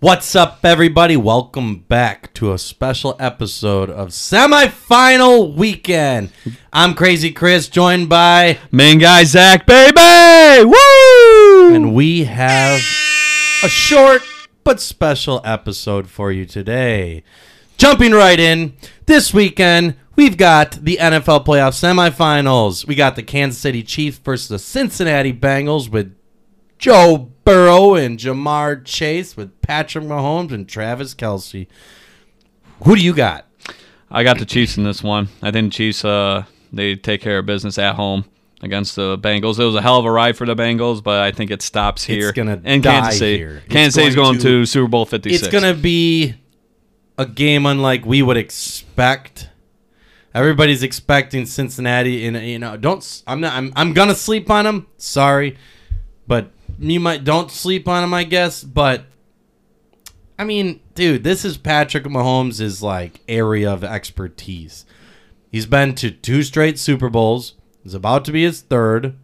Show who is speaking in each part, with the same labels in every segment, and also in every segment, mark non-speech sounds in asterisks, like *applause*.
Speaker 1: What's up, everybody? Welcome back to a special episode of Semifinal Weekend. I'm Crazy Chris, joined by,
Speaker 2: Main guy Zach, baby, woo!
Speaker 1: and we have a short but special episode for you today. Jumping right in, this weekend we've got the NFL playoff semifinals. We got the Kansas City Chiefs versus the Cincinnati Bengals with Joe Burrow and Jamar Chase with Patrick Mahomes and Travis Kelsey. Who do you got?
Speaker 2: I got the Chiefs in this one. I think the Chiefs uh, they take care of business at home against the Bengals. It was a hell of a ride for the Bengals, but I think it stops here.
Speaker 1: gonna
Speaker 2: and
Speaker 1: die
Speaker 2: Kansas City.
Speaker 1: here. It's
Speaker 2: Kansas City's
Speaker 1: going
Speaker 2: going
Speaker 1: to-
Speaker 2: to, Super Bowl Fifty Six.
Speaker 1: It's going to be a game unlike we would expect. Everybody's expecting Cincinnati, and you know, don't. s- I'm not. I'm. I'm gonna sleep on them. Sorry, but you might don't sleep on them, I guess. But I mean, dude, this is Patrick Mahomes' is like area of expertise. He's been to two straight Super Bowls. He's about to be his third.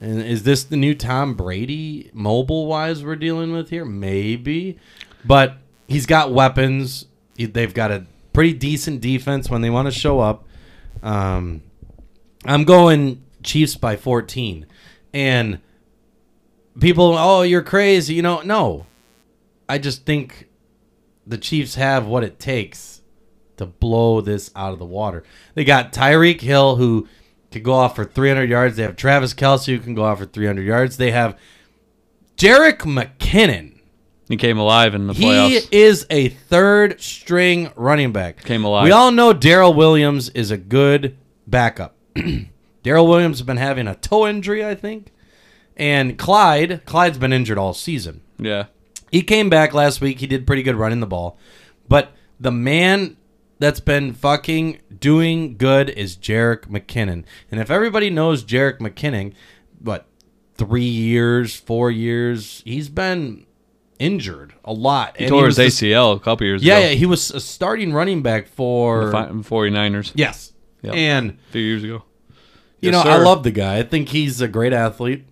Speaker 1: And is this the new Tom Brady mobile wise we're dealing with here? Maybe. But he's got weapons. He- They've got a pretty decent defense when they want to show up. Um, I'm going Chiefs by 14. And people, oh, you're crazy. You know, no. I just think the Chiefs have what it takes to blow this out of the water. They got Tyreek Hill who could go off for 300 yards. They have Travis Kelsey who can go off for 300 yards. They have Jarek McKinnon.
Speaker 2: He came alive in the
Speaker 1: He
Speaker 2: playoffs.
Speaker 1: is a third string running back.
Speaker 2: Came alive.
Speaker 1: We all know Daryl Williams is a good backup. *clears throat* Daryl Williams has been having a toe injury, I think. And Clyde, Clyde's been injured all season.
Speaker 2: Yeah,
Speaker 1: He came back last week. He did pretty good running the ball. But the man that's been fucking doing good is Jarek McKinnon. And if everybody knows Jarek McKinnon, what, three years, four years, he's been injured a lot.
Speaker 2: he
Speaker 1: And
Speaker 2: tore
Speaker 1: he
Speaker 2: his
Speaker 1: was the-
Speaker 2: ACL a couple years
Speaker 1: yeah, yeah,
Speaker 2: ago.
Speaker 1: he was a starting running back for.
Speaker 2: Fi- 49ers
Speaker 1: yes.
Speaker 2: Yep.
Speaker 1: And
Speaker 2: a few years ago.
Speaker 1: you know,
Speaker 2: Yes,
Speaker 1: I
Speaker 2: sir.
Speaker 1: love the guy. I think he's a great athlete.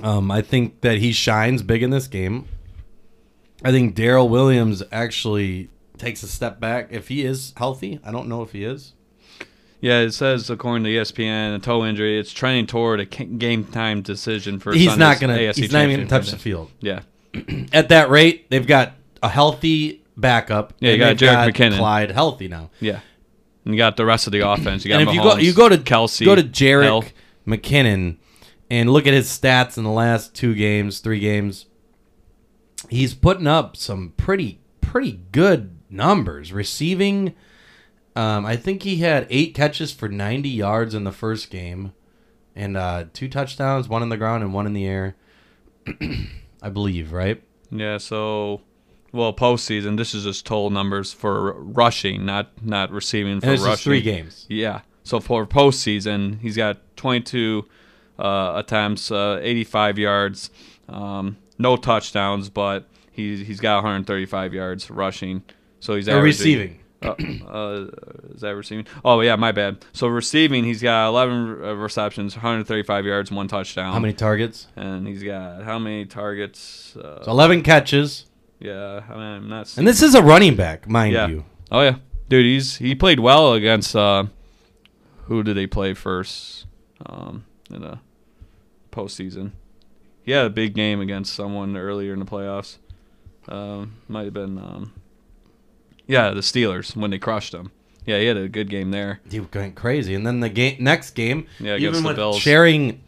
Speaker 1: Um, I think that he shines big in this game. I think Daryl Williams actually takes a step back if he is healthy. I don't know if he is.
Speaker 2: Yeah, it says according to E ESPN, a toe injury. It's trending toward a ca- game time decision for.
Speaker 1: he's not
Speaker 2: Sunday's
Speaker 1: gonna.
Speaker 2: AFC
Speaker 1: he's not even gonna
Speaker 2: Championship
Speaker 1: touch the
Speaker 2: game.
Speaker 1: field
Speaker 2: Yeah,
Speaker 1: at that rate. They've got a healthy backup.
Speaker 2: Yeah, you
Speaker 1: and
Speaker 2: got
Speaker 1: they've
Speaker 2: Jarek McKinnon.
Speaker 1: Clyde healthy now.
Speaker 2: Yeah. And you got the rest of the offense. You got
Speaker 1: and if you
Speaker 2: Mahomes,
Speaker 1: go, you go to
Speaker 2: Kelsey,
Speaker 1: go to Jarek
Speaker 2: Hill.
Speaker 1: McKinnon, and look at his stats in the last two games, three games. He's putting up some pretty pretty good numbers receiving. Um, I think he had eight catches for ninety yards in the first game, and uh, two touchdowns, one on the ground and one in the air. *clears throat* I believe, right?
Speaker 2: Yeah, so well, postseason. This is just total numbers for r- rushing, not not receiving for
Speaker 1: And it's
Speaker 2: rushing.
Speaker 1: just three games.
Speaker 2: Yeah. So for postseason, he's got 22 uh, attempts, uh, 85 yards, um, no touchdowns, but he's he's got 135 yards rushing. So he's
Speaker 1: Or
Speaker 2: averaging-
Speaker 1: receiving.
Speaker 2: uh, uh, is that receiving? Oh yeah, my bad. So receiving, he's got 11 re- uh, receptions, 135 yards, one touchdown.
Speaker 1: How many targets?
Speaker 2: And he's got how many targets? Uh,
Speaker 1: So Eleven catches,
Speaker 2: yeah, I mean, I'm not. Seeing,
Speaker 1: and this is a running back, mind
Speaker 2: yeah.
Speaker 1: you.
Speaker 2: Oh yeah, dude, he's he played well against. Uh, who did they play first? Um, in the postseason, he had a big game against someone earlier in the playoffs. Um, might have been. Um, yeah, the Steelers when they crushed them. Yeah, he had a good game there.
Speaker 1: he went crazy. And then the game, next game,
Speaker 2: Yeah, against
Speaker 1: even
Speaker 2: the
Speaker 1: with
Speaker 2: Bills.
Speaker 1: sharing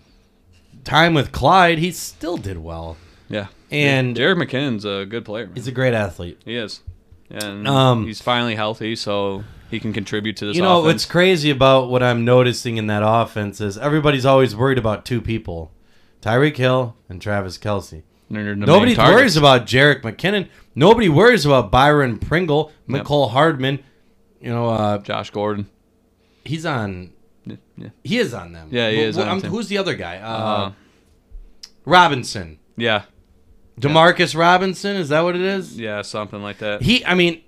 Speaker 1: time with Clyde, he still did well.
Speaker 2: Yeah,
Speaker 1: And-
Speaker 2: Jared McKinnon's a good player. Man.
Speaker 1: He's a great athlete.
Speaker 2: He is, and
Speaker 1: Um,
Speaker 2: he's finally healthy, so he can contribute to this.
Speaker 1: you know
Speaker 2: offense.
Speaker 1: what's crazy about what I'm noticing in that offense is everybody's always worried about two people, Tyreek Hill and Travis Kelsey.
Speaker 2: They're the main
Speaker 1: Nobody worries
Speaker 2: targets.
Speaker 1: about Jarek McKinnon. Nobody worries about Byron Pringle,
Speaker 2: Yep.
Speaker 1: Nicole Hardman. You know, uh,
Speaker 2: Josh Gordon.
Speaker 1: he's on.
Speaker 2: Yeah, yeah.
Speaker 1: He is on them.
Speaker 2: Yeah, he
Speaker 1: Wh-
Speaker 2: is
Speaker 1: wh-
Speaker 2: on
Speaker 1: I'm-
Speaker 2: them.
Speaker 1: Who's the other guy? Uh,
Speaker 2: Uh,
Speaker 1: Robinson,
Speaker 2: yeah,
Speaker 1: Demarcus Robinson. Is that what it is?
Speaker 2: yeah, something like that.
Speaker 1: He, I mean,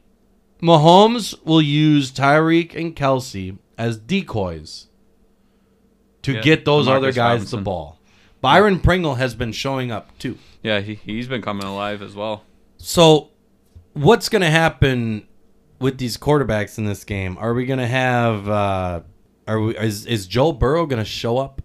Speaker 1: Mahomes will use Tyreek and Kelsey as decoys to
Speaker 2: Yeah,
Speaker 1: get those
Speaker 2: Demarcus
Speaker 1: other guys the
Speaker 2: Robinson.
Speaker 1: ball. Byron Pringle has been showing up too.
Speaker 2: yeah, he, he's been coming alive as well.
Speaker 1: So, what's going to happen with these quarterbacks in this game? Are we going to have? Uh, are we? Is is Joe Burrow going to show up?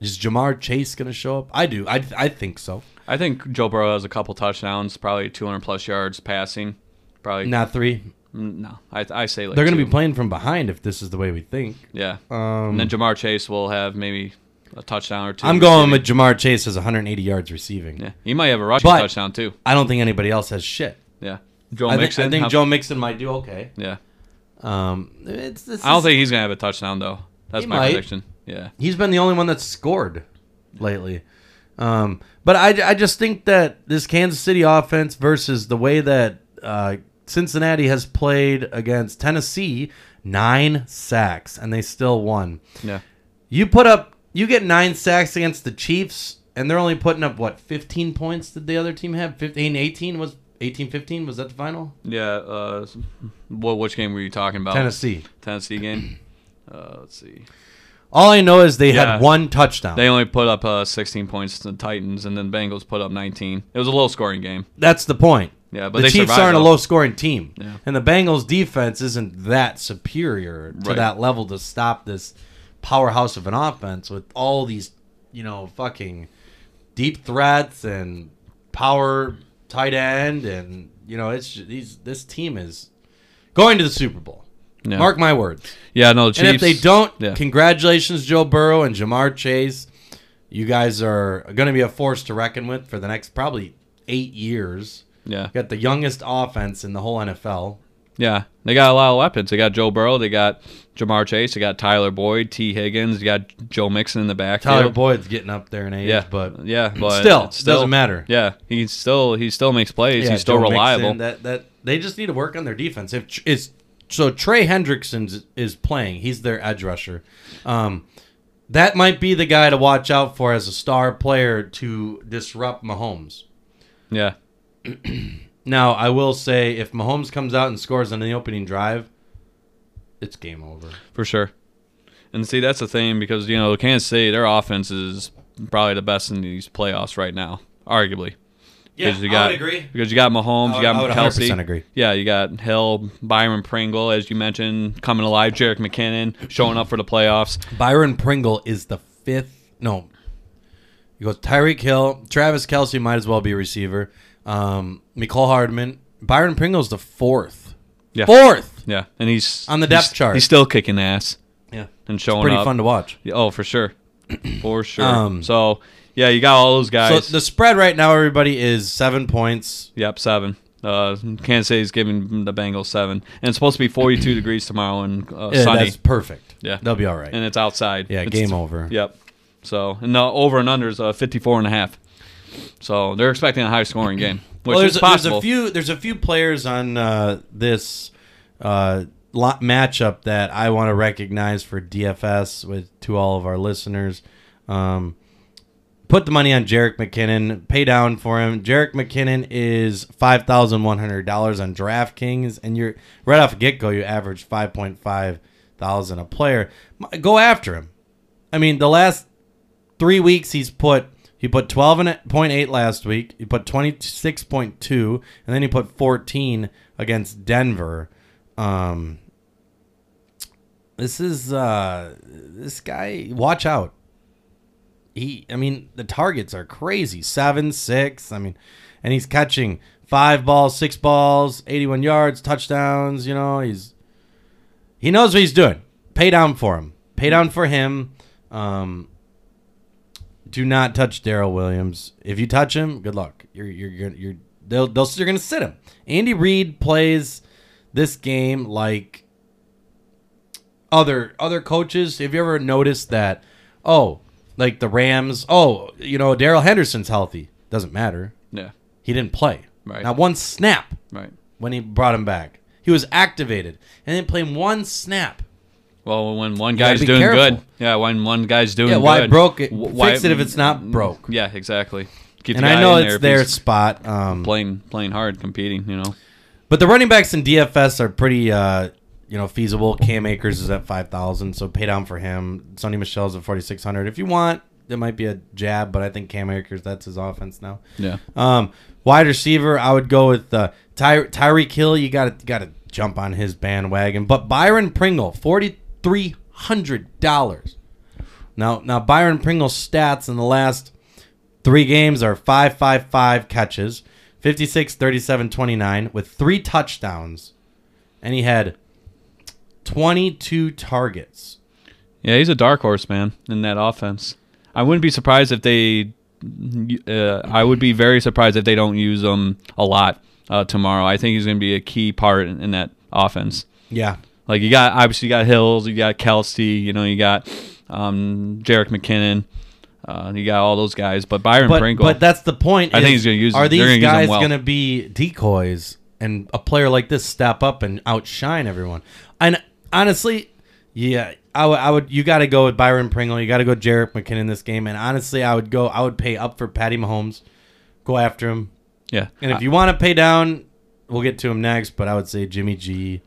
Speaker 1: Is Jamar Chase going to show up? I do. I I think so.
Speaker 2: I think Joe Burrow has a couple touchdowns, probably 200 plus yards passing. Probably
Speaker 1: Not three.
Speaker 2: Mm, no. I, I say like
Speaker 1: They're going to
Speaker 2: two.
Speaker 1: be playing from behind if this is the way we think.
Speaker 2: yeah.
Speaker 1: Um,
Speaker 2: and then Jamar Chase will have maybe a touchdown or two.
Speaker 1: I'm going
Speaker 2: receiving.
Speaker 1: with Jamar Chase has 180 yards receiving.
Speaker 2: Yeah, he might have a rushing
Speaker 1: But-
Speaker 2: touchdown too.
Speaker 1: I don't think anybody else has shit.
Speaker 2: Yeah, Joe
Speaker 1: I, thi-
Speaker 2: Mixon.
Speaker 1: I think
Speaker 2: how-
Speaker 1: Joe Mixon might do okay.
Speaker 2: Yeah,
Speaker 1: Um, it's, this
Speaker 2: I don't
Speaker 1: is-
Speaker 2: think he's gonna have a touchdown though. That's
Speaker 1: He
Speaker 2: my
Speaker 1: might.
Speaker 2: prediction. Yeah,
Speaker 1: he's been the only one that's scored lately. Um, but I, I just think that this Kansas City offense versus the way that uh, Cincinnati has played against Tennessee, nine sacks, and they still won.
Speaker 2: yeah,
Speaker 1: You put up, you get nine sacks against the Chiefs, and they're only putting up, what, 15 points did the other team have? 15, 18 was. 18-15 was that the final?
Speaker 2: yeah. Uh, what which game were you talking about?
Speaker 1: Tennessee.
Speaker 2: Tennessee game. Uh, let's see.
Speaker 1: All I know is they
Speaker 2: Yeah.
Speaker 1: had one touchdown.
Speaker 2: They only put up uh, 16 points to the Titans, and then Bengals put up 19. It was a low scoring game.
Speaker 1: That's the point.
Speaker 2: Yeah, but
Speaker 1: the
Speaker 2: they
Speaker 1: Chiefs
Speaker 2: survived,
Speaker 1: aren't a
Speaker 2: though.
Speaker 1: low scoring team.
Speaker 2: Yeah.
Speaker 1: And the Bengals defense isn't that superior to
Speaker 2: Right.
Speaker 1: that level to stop this powerhouse of an offense with all these, you know, fucking deep threats and power tight end and you know, it's ju- these this team is going to the Super Bowl.
Speaker 2: Yeah.
Speaker 1: Mark my words.
Speaker 2: Yeah, no, the Chiefs.
Speaker 1: And if they don't,
Speaker 2: yeah.
Speaker 1: congratulations, Joe Burrow and Jamar Chase. You guys are going to be a force to reckon with for the next probably eight years.
Speaker 2: yeah,
Speaker 1: You got the youngest offense in the whole NFL.
Speaker 2: yeah, they got a lot of weapons. They got Joe Burrow, they got Jamar Chase, they got Tyler Boyd, T. Higgins, they got Joe Mixon in the backfield.
Speaker 1: Tyler Boyd's getting up there in age,
Speaker 2: yeah,
Speaker 1: but
Speaker 2: yeah, but
Speaker 1: still,
Speaker 2: it's
Speaker 1: doesn't matter.
Speaker 2: Yeah, he still he still makes plays.
Speaker 1: Yeah,
Speaker 2: He's still
Speaker 1: Joe Mixon,
Speaker 2: reliable.
Speaker 1: that that they just need to work on their defense. If Tr- is so, Trey Hendrickson is playing. He's their edge rusher. Um, that might be the guy to watch out for as a star player to disrupt Mahomes.
Speaker 2: yeah,
Speaker 1: Now, I will say if Mahomes comes out and scores on the opening drive, it's game over.
Speaker 2: for sure. And see, that's the thing because you know Kansas City, their offense is probably the best in these playoffs right now, arguably. Because you got, Because you got Mahomes,
Speaker 1: I
Speaker 2: you
Speaker 1: would-
Speaker 2: got
Speaker 1: I would
Speaker 2: Kelsey.
Speaker 1: 100% agree.
Speaker 2: Yeah, you got Hill, Byron Pringle, as you mentioned, coming alive. Jarek McKinnon showing up for the playoffs.
Speaker 1: Byron Pringle is the fifth. No, you goes Tyreek Hill, Travis Kelsey might as well be a receiver. Um, Nicole Hardman, Byron Pringle's the fourth.
Speaker 2: Yeah.
Speaker 1: Fourth.
Speaker 2: Yeah, and he's
Speaker 1: On the depth
Speaker 2: he's-
Speaker 1: chart.
Speaker 2: He's still kicking ass
Speaker 1: Yeah,
Speaker 2: and showing
Speaker 1: pretty
Speaker 2: up.
Speaker 1: fun to watch.
Speaker 2: Yeah, Oh, for sure,
Speaker 1: *clears throat*
Speaker 2: for sure.
Speaker 1: Um,
Speaker 2: so yeah, you got all those guys.
Speaker 1: So the spread right now, everybody is seven points.
Speaker 2: Yep, seven. Uh, Kansas City's giving the Bengals seven, and it's supposed to
Speaker 1: *clears throat*
Speaker 2: be 42 degrees tomorrow and uh,
Speaker 1: Yeah,
Speaker 2: sunny,
Speaker 1: that's perfect.
Speaker 2: Yeah.
Speaker 1: they'll be all right.
Speaker 2: and it's outside.
Speaker 1: yeah,
Speaker 2: It's-
Speaker 1: game over.
Speaker 2: Yep. So and the over and under is uh, 54 and a half. So they're expecting a high
Speaker 1: *clears throat*
Speaker 2: scoring game, which
Speaker 1: well, there's,
Speaker 2: is
Speaker 1: a,
Speaker 2: possible.
Speaker 1: there's a few there's a few players on uh, this uh, lot matchup that I want to recognize for DFS with to all of our listeners. Um, put the money on Jarek McKinnon, pay down for him. Jarek McKinnon is five thousand one hundred dollars on DraftKings, and you're right off get go. You average five point five thousand a player. M- Go after him. I mean, the last three weeks he's put he put 12.8 last week he put 26.2 and then he put 14 against denver um this is uh this guy watch out he i mean the targets are crazy seven six i mean and he's catching five balls six balls 81 yards touchdowns you know he's he knows what he's doing pay down for him pay down for him um do not touch Daryl Williams. If you touch him, good luck. You're you're you're, you're they'll they'll you're gonna sit him. Andy Reid plays this game like other other coaches. Have you ever noticed that? Oh, like the Rams. Oh, you know Daryl Henderson's healthy. Doesn't matter.
Speaker 2: yeah.
Speaker 1: He didn't play.
Speaker 2: Right.
Speaker 1: Not one snap
Speaker 2: Right.
Speaker 1: when he brought him back. He was activated and didn't play one snap.
Speaker 2: Well, when one
Speaker 1: gotta
Speaker 2: guy's
Speaker 1: be
Speaker 2: doing
Speaker 1: careful.
Speaker 2: good, yeah. When one guy's doing
Speaker 1: Yeah,
Speaker 2: good,
Speaker 1: why broke it?
Speaker 2: wh-
Speaker 1: Fix it if it's not broke.
Speaker 2: Yeah, exactly. Keep
Speaker 1: And
Speaker 2: the guy
Speaker 1: I know
Speaker 2: in there
Speaker 1: it's
Speaker 2: if
Speaker 1: their
Speaker 2: he's
Speaker 1: spot. Um,
Speaker 2: playing playing hard, competing. You know.
Speaker 1: But the running backs in DFS are pretty, uh, you know, feasible. Cam Akers is at five thousand, so pay down for him. Sonny Michelle's at forty six hundred. If you want, It might be a jab, but I think Cam Akers that's his offense now.
Speaker 2: Yeah.
Speaker 1: Um, wide receiver, I would go with uh, Ty- Tyreek Hill. You got to got to jump on his bandwagon. But Byron Pringle, forty three hundred dollars. Now, now Byron Pringle's stats in the last three games are 5 5 5 catches, 56 37 29, with three touchdowns. And he had 22 targets.
Speaker 2: Yeah, he's a dark horse, man, in that offense. I wouldn't be surprised if they. Uh, I would be very surprised if they don't use him a lot uh, tomorrow. I think he's going to be a key part in, in that offense.
Speaker 1: Yeah.
Speaker 2: Like you got obviously you got Hills, you got Kelsey, you know you got um, Jarek McKinnon, uh, you got all those guys. But Byron
Speaker 1: But,
Speaker 2: Pringle,
Speaker 1: but that's the point.
Speaker 2: I think
Speaker 1: is,
Speaker 2: he's gonna use-
Speaker 1: Are
Speaker 2: they're
Speaker 1: these
Speaker 2: gonna
Speaker 1: guys
Speaker 2: use him well.
Speaker 1: going to be decoys and a player like this step up and outshine everyone? And honestly, yeah, I would. I would you got to go with Byron Pringle. You got to go Jarek McKinnon this game. And honestly, I would go. I would pay up for Patty Mahomes. Go after him.
Speaker 2: yeah,
Speaker 1: And if you want to pay down, we'll get to him next. But I would say Jimmy G.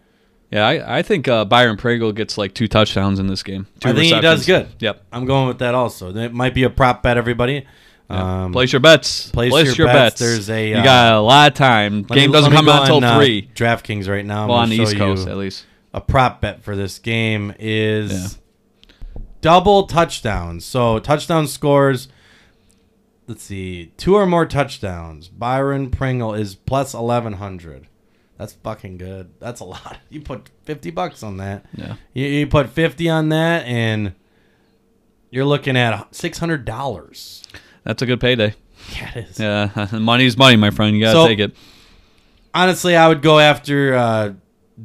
Speaker 2: yeah, I, I think uh, Byron Pringle gets like two touchdowns in this game. Two
Speaker 1: I think he does
Speaker 2: receptions.
Speaker 1: good.
Speaker 2: Yep.
Speaker 1: I'm going with that also. That might be a prop bet, everybody.
Speaker 2: Yeah.
Speaker 1: Um,
Speaker 2: place your bets.
Speaker 1: place your bets. There's a,
Speaker 2: you
Speaker 1: uh,
Speaker 2: got a lot of time.
Speaker 1: let me-
Speaker 2: Game doesn't
Speaker 1: let me
Speaker 2: come
Speaker 1: go
Speaker 2: out until
Speaker 1: on, uh,
Speaker 2: three.
Speaker 1: DraftKings right now. I'm
Speaker 2: Well,
Speaker 1: gonna
Speaker 2: on the
Speaker 1: show
Speaker 2: East Coast
Speaker 1: you
Speaker 2: at least.
Speaker 1: a prop bet for this game is double touchdowns. So touchdown scores. Let's see, two or more touchdowns. Byron Pringle is plus eleven hundred. That's fucking good. That's a lot. *laughs* You put fifty bucks on that.
Speaker 2: Yeah.
Speaker 1: You, you put fifty on that, and you're looking at six hundred dollars. *laughs*
Speaker 2: That's a good payday.
Speaker 1: Yeah, it is.
Speaker 2: Yeah, *laughs* money's money, my friend. You gotta
Speaker 1: So-
Speaker 2: take it.
Speaker 1: Honestly, I would go after uh,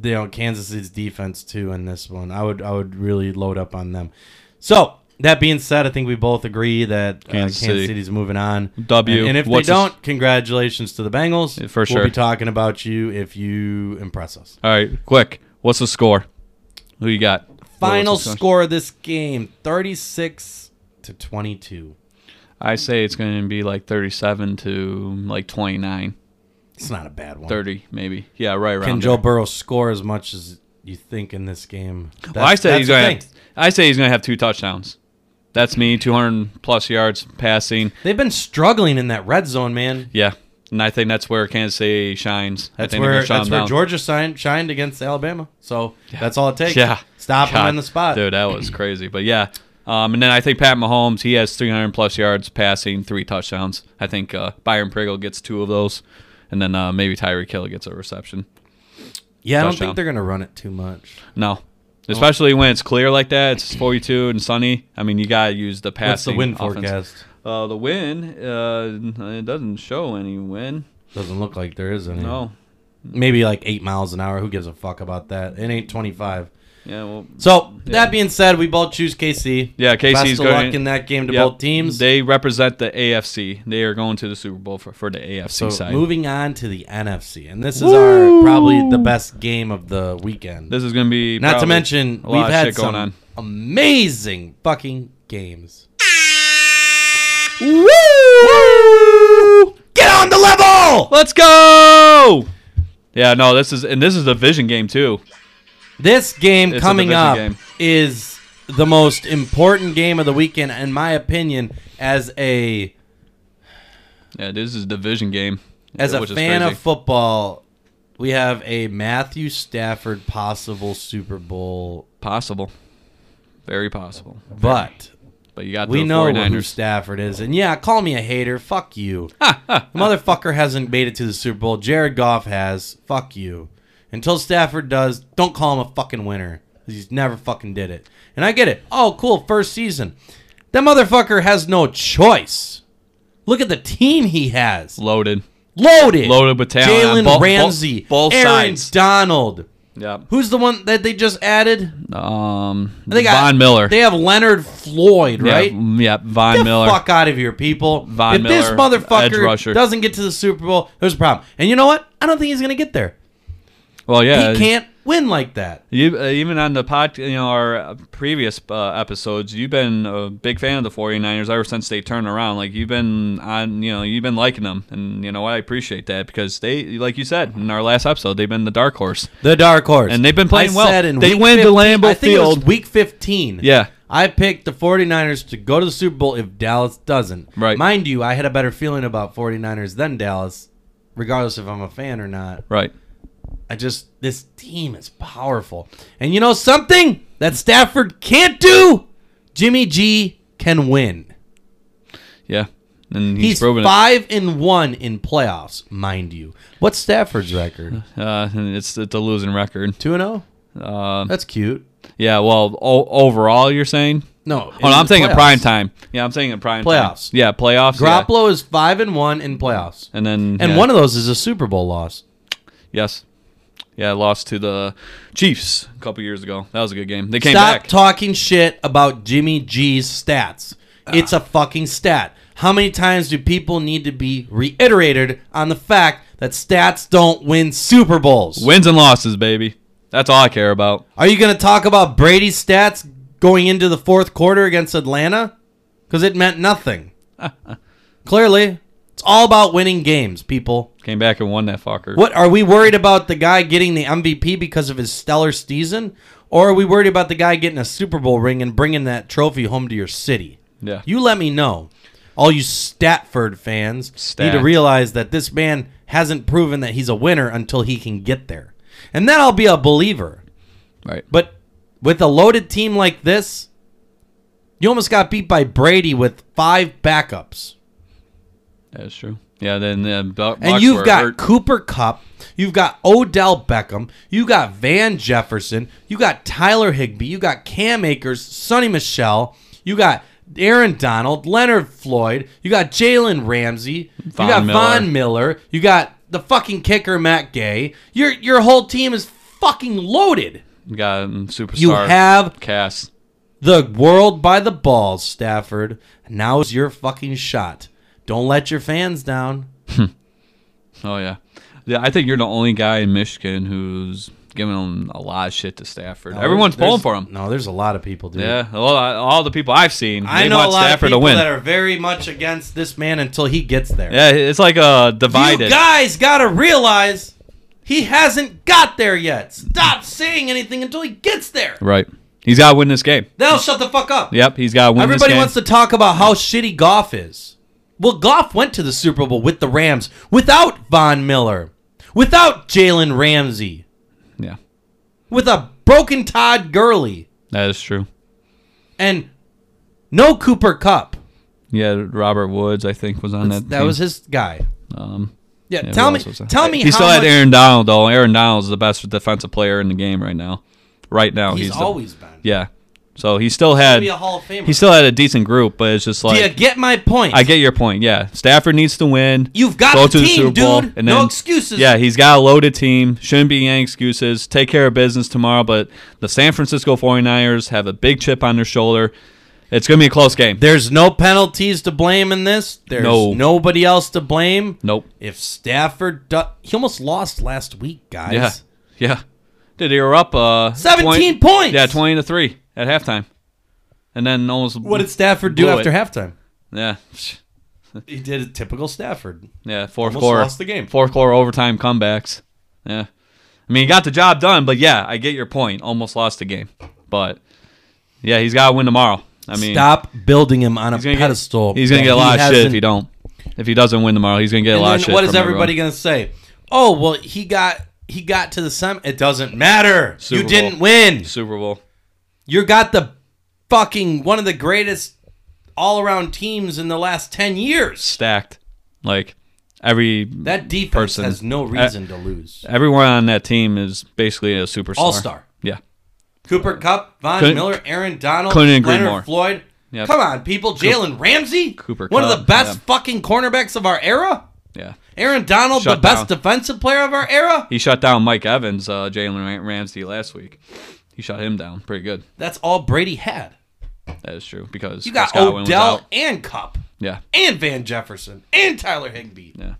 Speaker 1: you know Kansas City's defense too in this one. I would I would really load up on them. So that being said, I think we both agree that uh, Kansas,
Speaker 2: Kansas City.
Speaker 1: City's moving on.
Speaker 2: W.
Speaker 1: And, and if
Speaker 2: What's
Speaker 1: they
Speaker 2: his-
Speaker 1: don't, congratulations to the Bengals.
Speaker 2: Yeah, for
Speaker 1: we'll
Speaker 2: sure.
Speaker 1: be talking about you if you impress us.
Speaker 2: All right, quick. What's the score? Who you got?
Speaker 1: Final
Speaker 2: What's the
Speaker 1: score of this game: thirty-six to twenty-two.
Speaker 2: I say it's going to be like 37 to like 29,
Speaker 1: It's not a bad one.
Speaker 2: 30 maybe. Yeah, right around.
Speaker 1: Can Joe
Speaker 2: there.
Speaker 1: Burrow score as much as you think in this game?
Speaker 2: Well, I say he's
Speaker 1: the
Speaker 2: going.
Speaker 1: thing.
Speaker 2: I say he's going to have two touchdowns. That's me, 200 plus yards passing.
Speaker 1: They've been struggling in that red zone, man.
Speaker 2: Yeah, and I think that's where Kansas City shines. I
Speaker 1: That's
Speaker 2: think they're gonna
Speaker 1: where
Speaker 2: shut
Speaker 1: that's
Speaker 2: him
Speaker 1: where
Speaker 2: down.
Speaker 1: Georgia shined, shined against Alabama. So that's all it takes.
Speaker 2: Yeah.
Speaker 1: stop him
Speaker 2: God,
Speaker 1: in the spot.
Speaker 2: Dude, that was crazy. But yeah. Um, and then I think Pat Mahomes, he has 300 plus yards passing, three touchdowns. I think uh, Byron Pringle gets two of those. And then uh, maybe Tyreek Hill gets a reception.
Speaker 1: yeah, I don't
Speaker 2: touchdown.
Speaker 1: think they're gonna run it too much.
Speaker 2: No. Especially when it's clear like that. It's 42 and sunny. I mean, you got to use the passing.
Speaker 1: What's the win
Speaker 2: offense.
Speaker 1: forecast?
Speaker 2: Uh, the win, uh, it doesn't show any win.
Speaker 1: Doesn't look like there is any.
Speaker 2: No.
Speaker 1: maybe like eight miles an hour. Who gives a fuck about that? It ain't twenty-five.
Speaker 2: Yeah, well.
Speaker 1: So
Speaker 2: Yeah.
Speaker 1: that being said, we both choose KC.
Speaker 2: Yeah, KC's
Speaker 1: Best of
Speaker 2: going-
Speaker 1: luck in that game to
Speaker 2: Yep.
Speaker 1: both teams.
Speaker 2: They represent the AFC. They are going to the Super Bowl for, for the AFC
Speaker 1: so
Speaker 2: side.
Speaker 1: moving on to the NFC, and this is
Speaker 2: Woo!
Speaker 1: our probably the best game of the weekend.
Speaker 2: This is going to be
Speaker 1: Not to
Speaker 2: probably
Speaker 1: mention,
Speaker 2: a
Speaker 1: we've
Speaker 2: lot of
Speaker 1: had
Speaker 2: shit going
Speaker 1: some
Speaker 2: on.
Speaker 1: amazing fucking games.
Speaker 2: Woo!
Speaker 1: Get on the level!
Speaker 2: Let's go! Yeah, no, this is and this is a vision game too.
Speaker 1: This game
Speaker 2: It's a
Speaker 1: coming
Speaker 2: division
Speaker 1: up
Speaker 2: game.
Speaker 1: is the most important game of the weekend, in my opinion, as a
Speaker 2: Yeah, this is a division game.
Speaker 1: as a
Speaker 2: which is
Speaker 1: fan
Speaker 2: crazy.
Speaker 1: of football. We have a Matthew Stafford possible Super Bowl,
Speaker 2: possible, very possible.
Speaker 1: but
Speaker 2: But you got
Speaker 1: we
Speaker 2: the
Speaker 1: know who
Speaker 2: 49ers.
Speaker 1: Stafford is. And yeah, call me a hater. Fuck
Speaker 2: *laughs*
Speaker 1: you. The motherfucker hasn't made it to the Super Bowl. Jared Goff has. Fuck you. Until Stafford does, don't call him a fucking winner. 'cause He's never fucking did it. And I get it. Oh, cool. First season. That motherfucker has no choice. Look at the team he has.
Speaker 2: loaded.
Speaker 1: Loaded.
Speaker 2: Loaded with talent on
Speaker 1: Jalen
Speaker 2: both- both-
Speaker 1: Ramsey.
Speaker 2: both
Speaker 1: Aaron
Speaker 2: sides.
Speaker 1: Donald.
Speaker 2: Yeah.
Speaker 1: Who's the one that they just added?
Speaker 2: Um.
Speaker 1: They got
Speaker 2: Von Miller.
Speaker 1: They have Leonard Floyd,
Speaker 2: yeah,
Speaker 1: right?
Speaker 2: mm, Yeah. Von
Speaker 1: Get
Speaker 2: Miller.
Speaker 1: the fuck out of here, people.
Speaker 2: Von
Speaker 1: if this
Speaker 2: Miller, edge
Speaker 1: motherfucker
Speaker 2: rusher.
Speaker 1: doesn't get to the Super Bowl, there's a problem. And you know what? I don't think he's going to get there.
Speaker 2: Well, yeah.
Speaker 1: he can't win like that.
Speaker 2: You uh, even on the pod, you know, our uh, previous uh, episodes, you've been a big fan of the 49ers ever since they turned around. Like you've been on, you know, you've been liking them, and you know what, I appreciate that because they, like you said in our last episode, they've been the dark horse.
Speaker 1: The dark horse,
Speaker 2: And they've been playing
Speaker 1: I
Speaker 2: well.
Speaker 1: said in
Speaker 2: They
Speaker 1: week
Speaker 2: went to
Speaker 1: 15
Speaker 2: Lambeau
Speaker 1: I think it was
Speaker 2: Field.
Speaker 1: week 15.
Speaker 2: Yeah,
Speaker 1: I picked the 49ers to go to the Super Bowl if Dallas doesn't.
Speaker 2: Right.
Speaker 1: Mind you, I had a better feeling about 49ers than Dallas, regardless if I'm a fan or not.
Speaker 2: Right.
Speaker 1: I just this team is powerful. And you know something that Stafford can't do? Jimmy G can win.
Speaker 2: Yeah. And he's,
Speaker 1: He's,
Speaker 2: proven
Speaker 1: five and one in playoffs, mind you. What's Stafford's
Speaker 2: *laughs*
Speaker 1: record?
Speaker 2: it. Uh, and it's it's a losing record.
Speaker 1: Two and zero.
Speaker 2: Uh,
Speaker 1: That's cute.
Speaker 2: yeah. Well, o- overall, you're saying.
Speaker 1: No.
Speaker 2: Oh, no,
Speaker 1: in
Speaker 2: I'm
Speaker 1: the
Speaker 2: saying
Speaker 1: playoffs.
Speaker 2: in prime time. Yeah, I'm saying in prime
Speaker 1: Playoffs.
Speaker 2: Time. Yeah, playoffs. yeah.
Speaker 1: Garoppolo is five and one in playoffs,
Speaker 2: And then
Speaker 1: and
Speaker 2: yeah.
Speaker 1: one of those is a Super Bowl loss.
Speaker 2: Yes. Yeah, lost to the Chiefs a couple years ago. That was a good game. They came
Speaker 1: Stop
Speaker 2: back.
Speaker 1: talking shit about Jimmy G's stats.
Speaker 2: Ah.
Speaker 1: It's a fucking stat. How many times do people need to be reiterated on the fact that stats don't win Super Bowls?
Speaker 2: Wins and losses, baby. That's all I care about.
Speaker 1: Are you going to talk about Brady's stats going into the fourth quarter against Atlanta? Because it meant nothing. Clearly, it's all about winning games, people.
Speaker 2: Came back and won that fucker.
Speaker 1: What are we worried about the guy getting the MVP because of his stellar season, or are we worried about the guy getting a Super Bowl ring and bringing that trophy home to your city?
Speaker 2: Yeah.
Speaker 1: You let me know. All you Statford fans need
Speaker 2: Stat.
Speaker 1: to realize that this man hasn't proven that he's a winner until he can get there, and then I'll be a believer.
Speaker 2: right.
Speaker 1: But with a loaded team like this, you almost got beat by Brady with five backups.
Speaker 2: That's true. Yeah, then uh, Buc-
Speaker 1: And
Speaker 2: Bucs
Speaker 1: you've
Speaker 2: were
Speaker 1: got
Speaker 2: hurt.
Speaker 1: Cooper Cup, you've got Odell Beckham, you got Van Jefferson, you got Tyler Higbee, you got Cam Akers, Sonny Michelle, you got Aaron Donald, Leonard Floyd, you got Jalen Ramsey,
Speaker 2: Von
Speaker 1: you got
Speaker 2: Miller.
Speaker 1: Von Miller, you got the fucking kicker Matt Gay. Your your whole team is fucking loaded.
Speaker 2: got um, superstar.
Speaker 1: You have
Speaker 2: cast.
Speaker 1: the world by the balls, Stafford. Now is your fucking shot. Don't let your fans down.
Speaker 2: Oh yeah. Yeah, I think you're the only guy in Michigan who's giving him a lot of shit to Stafford. Everyone's
Speaker 1: Oh, There's-
Speaker 2: pulling for him.
Speaker 1: No, there's a lot of people, dude.
Speaker 2: Yeah, well, I- all the people I've seen,
Speaker 1: I
Speaker 2: they
Speaker 1: know a
Speaker 2: want
Speaker 1: lot
Speaker 2: Stafford
Speaker 1: of
Speaker 2: to
Speaker 1: people
Speaker 2: win.
Speaker 1: that are very much against this man until he gets there.
Speaker 2: yeah, it's like uh, divided.
Speaker 1: you guys gotta realize he hasn't got there yet. Stop saying anything until he gets there.
Speaker 2: right. He's got to win this game.
Speaker 1: Then I'll shut the fuck up.
Speaker 2: Yep, he's got to win this
Speaker 1: Everybody
Speaker 2: game.
Speaker 1: wants to talk about how shitty Goff is. Well, Goff went to the Super Bowl with the Rams without Von Miller, without Jalen Ramsey,
Speaker 2: yeah,
Speaker 1: with a broken Todd Gurley,
Speaker 2: that is true.
Speaker 1: and no Cooper Cup.
Speaker 2: Yeah, Robert Woods, I think, was on that.
Speaker 1: That
Speaker 2: team.
Speaker 1: was his guy.
Speaker 2: Um,
Speaker 1: Yeah,
Speaker 2: yeah,
Speaker 1: tell
Speaker 2: who
Speaker 1: me,
Speaker 2: else was there?
Speaker 1: tell me.
Speaker 2: He
Speaker 1: how
Speaker 2: still had
Speaker 1: much-
Speaker 2: Aaron Donald though. Aaron Donald is the best defensive player in the game right now. Right now,
Speaker 1: He's,
Speaker 2: he's, the-
Speaker 1: always been.
Speaker 2: yeah. So he still had
Speaker 1: be a Hall of Famer.
Speaker 2: he still had a decent group, but it's just
Speaker 1: Do you
Speaker 2: like
Speaker 1: get my point?
Speaker 2: I get your point. Yeah, Stafford needs to win.
Speaker 1: You've got the team, dude. No excuses.
Speaker 2: Yeah, he's got a loaded team. Shouldn't be any excuses. Take care of business tomorrow. But the San Francisco 49ers have a big chip on their shoulder. It's gonna be a close game.
Speaker 1: There's no penalties to blame in this. There's
Speaker 2: No.
Speaker 1: nobody else to blame.
Speaker 2: Nope.
Speaker 1: If Stafford, do- he almost lost last week, guys.
Speaker 2: Yeah. Yeah. Dude, they were up uh
Speaker 1: 17
Speaker 2: 20
Speaker 1: points!
Speaker 2: Yeah, 20 to 3 at halftime. And then almost
Speaker 1: What did Stafford do
Speaker 2: Blew
Speaker 1: after
Speaker 2: it.
Speaker 1: halftime?
Speaker 2: Yeah.
Speaker 1: He did a typical Stafford.
Speaker 2: Yeah, fourth
Speaker 1: Almost
Speaker 2: quarter.
Speaker 1: lost the game.
Speaker 2: Fourth quarter overtime comebacks. Yeah. I mean, he got the job done, but yeah, I get your point. Almost lost the game. But yeah, he's got to win tomorrow. I mean,
Speaker 1: Stop building him on a
Speaker 2: he's gonna
Speaker 1: pedestal.
Speaker 2: Get, he's going
Speaker 1: that
Speaker 2: to get a lot
Speaker 1: he
Speaker 2: of shit if
Speaker 1: hasn't-
Speaker 2: he don't. If he doesn't win tomorrow, he's going to get a
Speaker 1: And
Speaker 2: lot
Speaker 1: then
Speaker 2: of shit.
Speaker 1: what is
Speaker 2: from
Speaker 1: everybody
Speaker 2: everyone.
Speaker 1: going to say? Oh well, he got he got to the summit. It doesn't matter.
Speaker 2: Super
Speaker 1: you
Speaker 2: Bowl.
Speaker 1: didn't win.
Speaker 2: Super Bowl.
Speaker 1: You got the fucking one of the greatest all around teams in the last 10 years.
Speaker 2: Stacked. Like, every.
Speaker 1: That defense
Speaker 2: Person. Uh,
Speaker 1: has no reason to lose.
Speaker 2: Everyone on that team is basically a superstar.
Speaker 1: All-star.
Speaker 2: Yeah.
Speaker 1: Cooper Cup, Von
Speaker 2: Couldn't-
Speaker 1: Miller, Aaron Donald,
Speaker 2: couldn't agree
Speaker 1: Leonard
Speaker 2: more.
Speaker 1: Floyd.
Speaker 2: Yep.
Speaker 1: Come on, people. Jalen Ramsey,
Speaker 2: Cooper
Speaker 1: one of
Speaker 2: Kupp,
Speaker 1: the best
Speaker 2: yeah.
Speaker 1: fucking cornerbacks of our era.
Speaker 2: Yeah.
Speaker 1: Aaron Donald,
Speaker 2: Shut
Speaker 1: the best
Speaker 2: down.
Speaker 1: defensive player of our era.
Speaker 2: He shut down Mike Evans, uh, Jalen Ram- Ramsey last week. He shot him down pretty good.
Speaker 1: That's all Brady had.
Speaker 2: That is true because
Speaker 1: You got
Speaker 2: Chris Godwin was
Speaker 1: Odell
Speaker 2: out.
Speaker 1: and Cup
Speaker 2: Yeah,
Speaker 1: and Van Jefferson and Tyler Higbee
Speaker 2: yeah,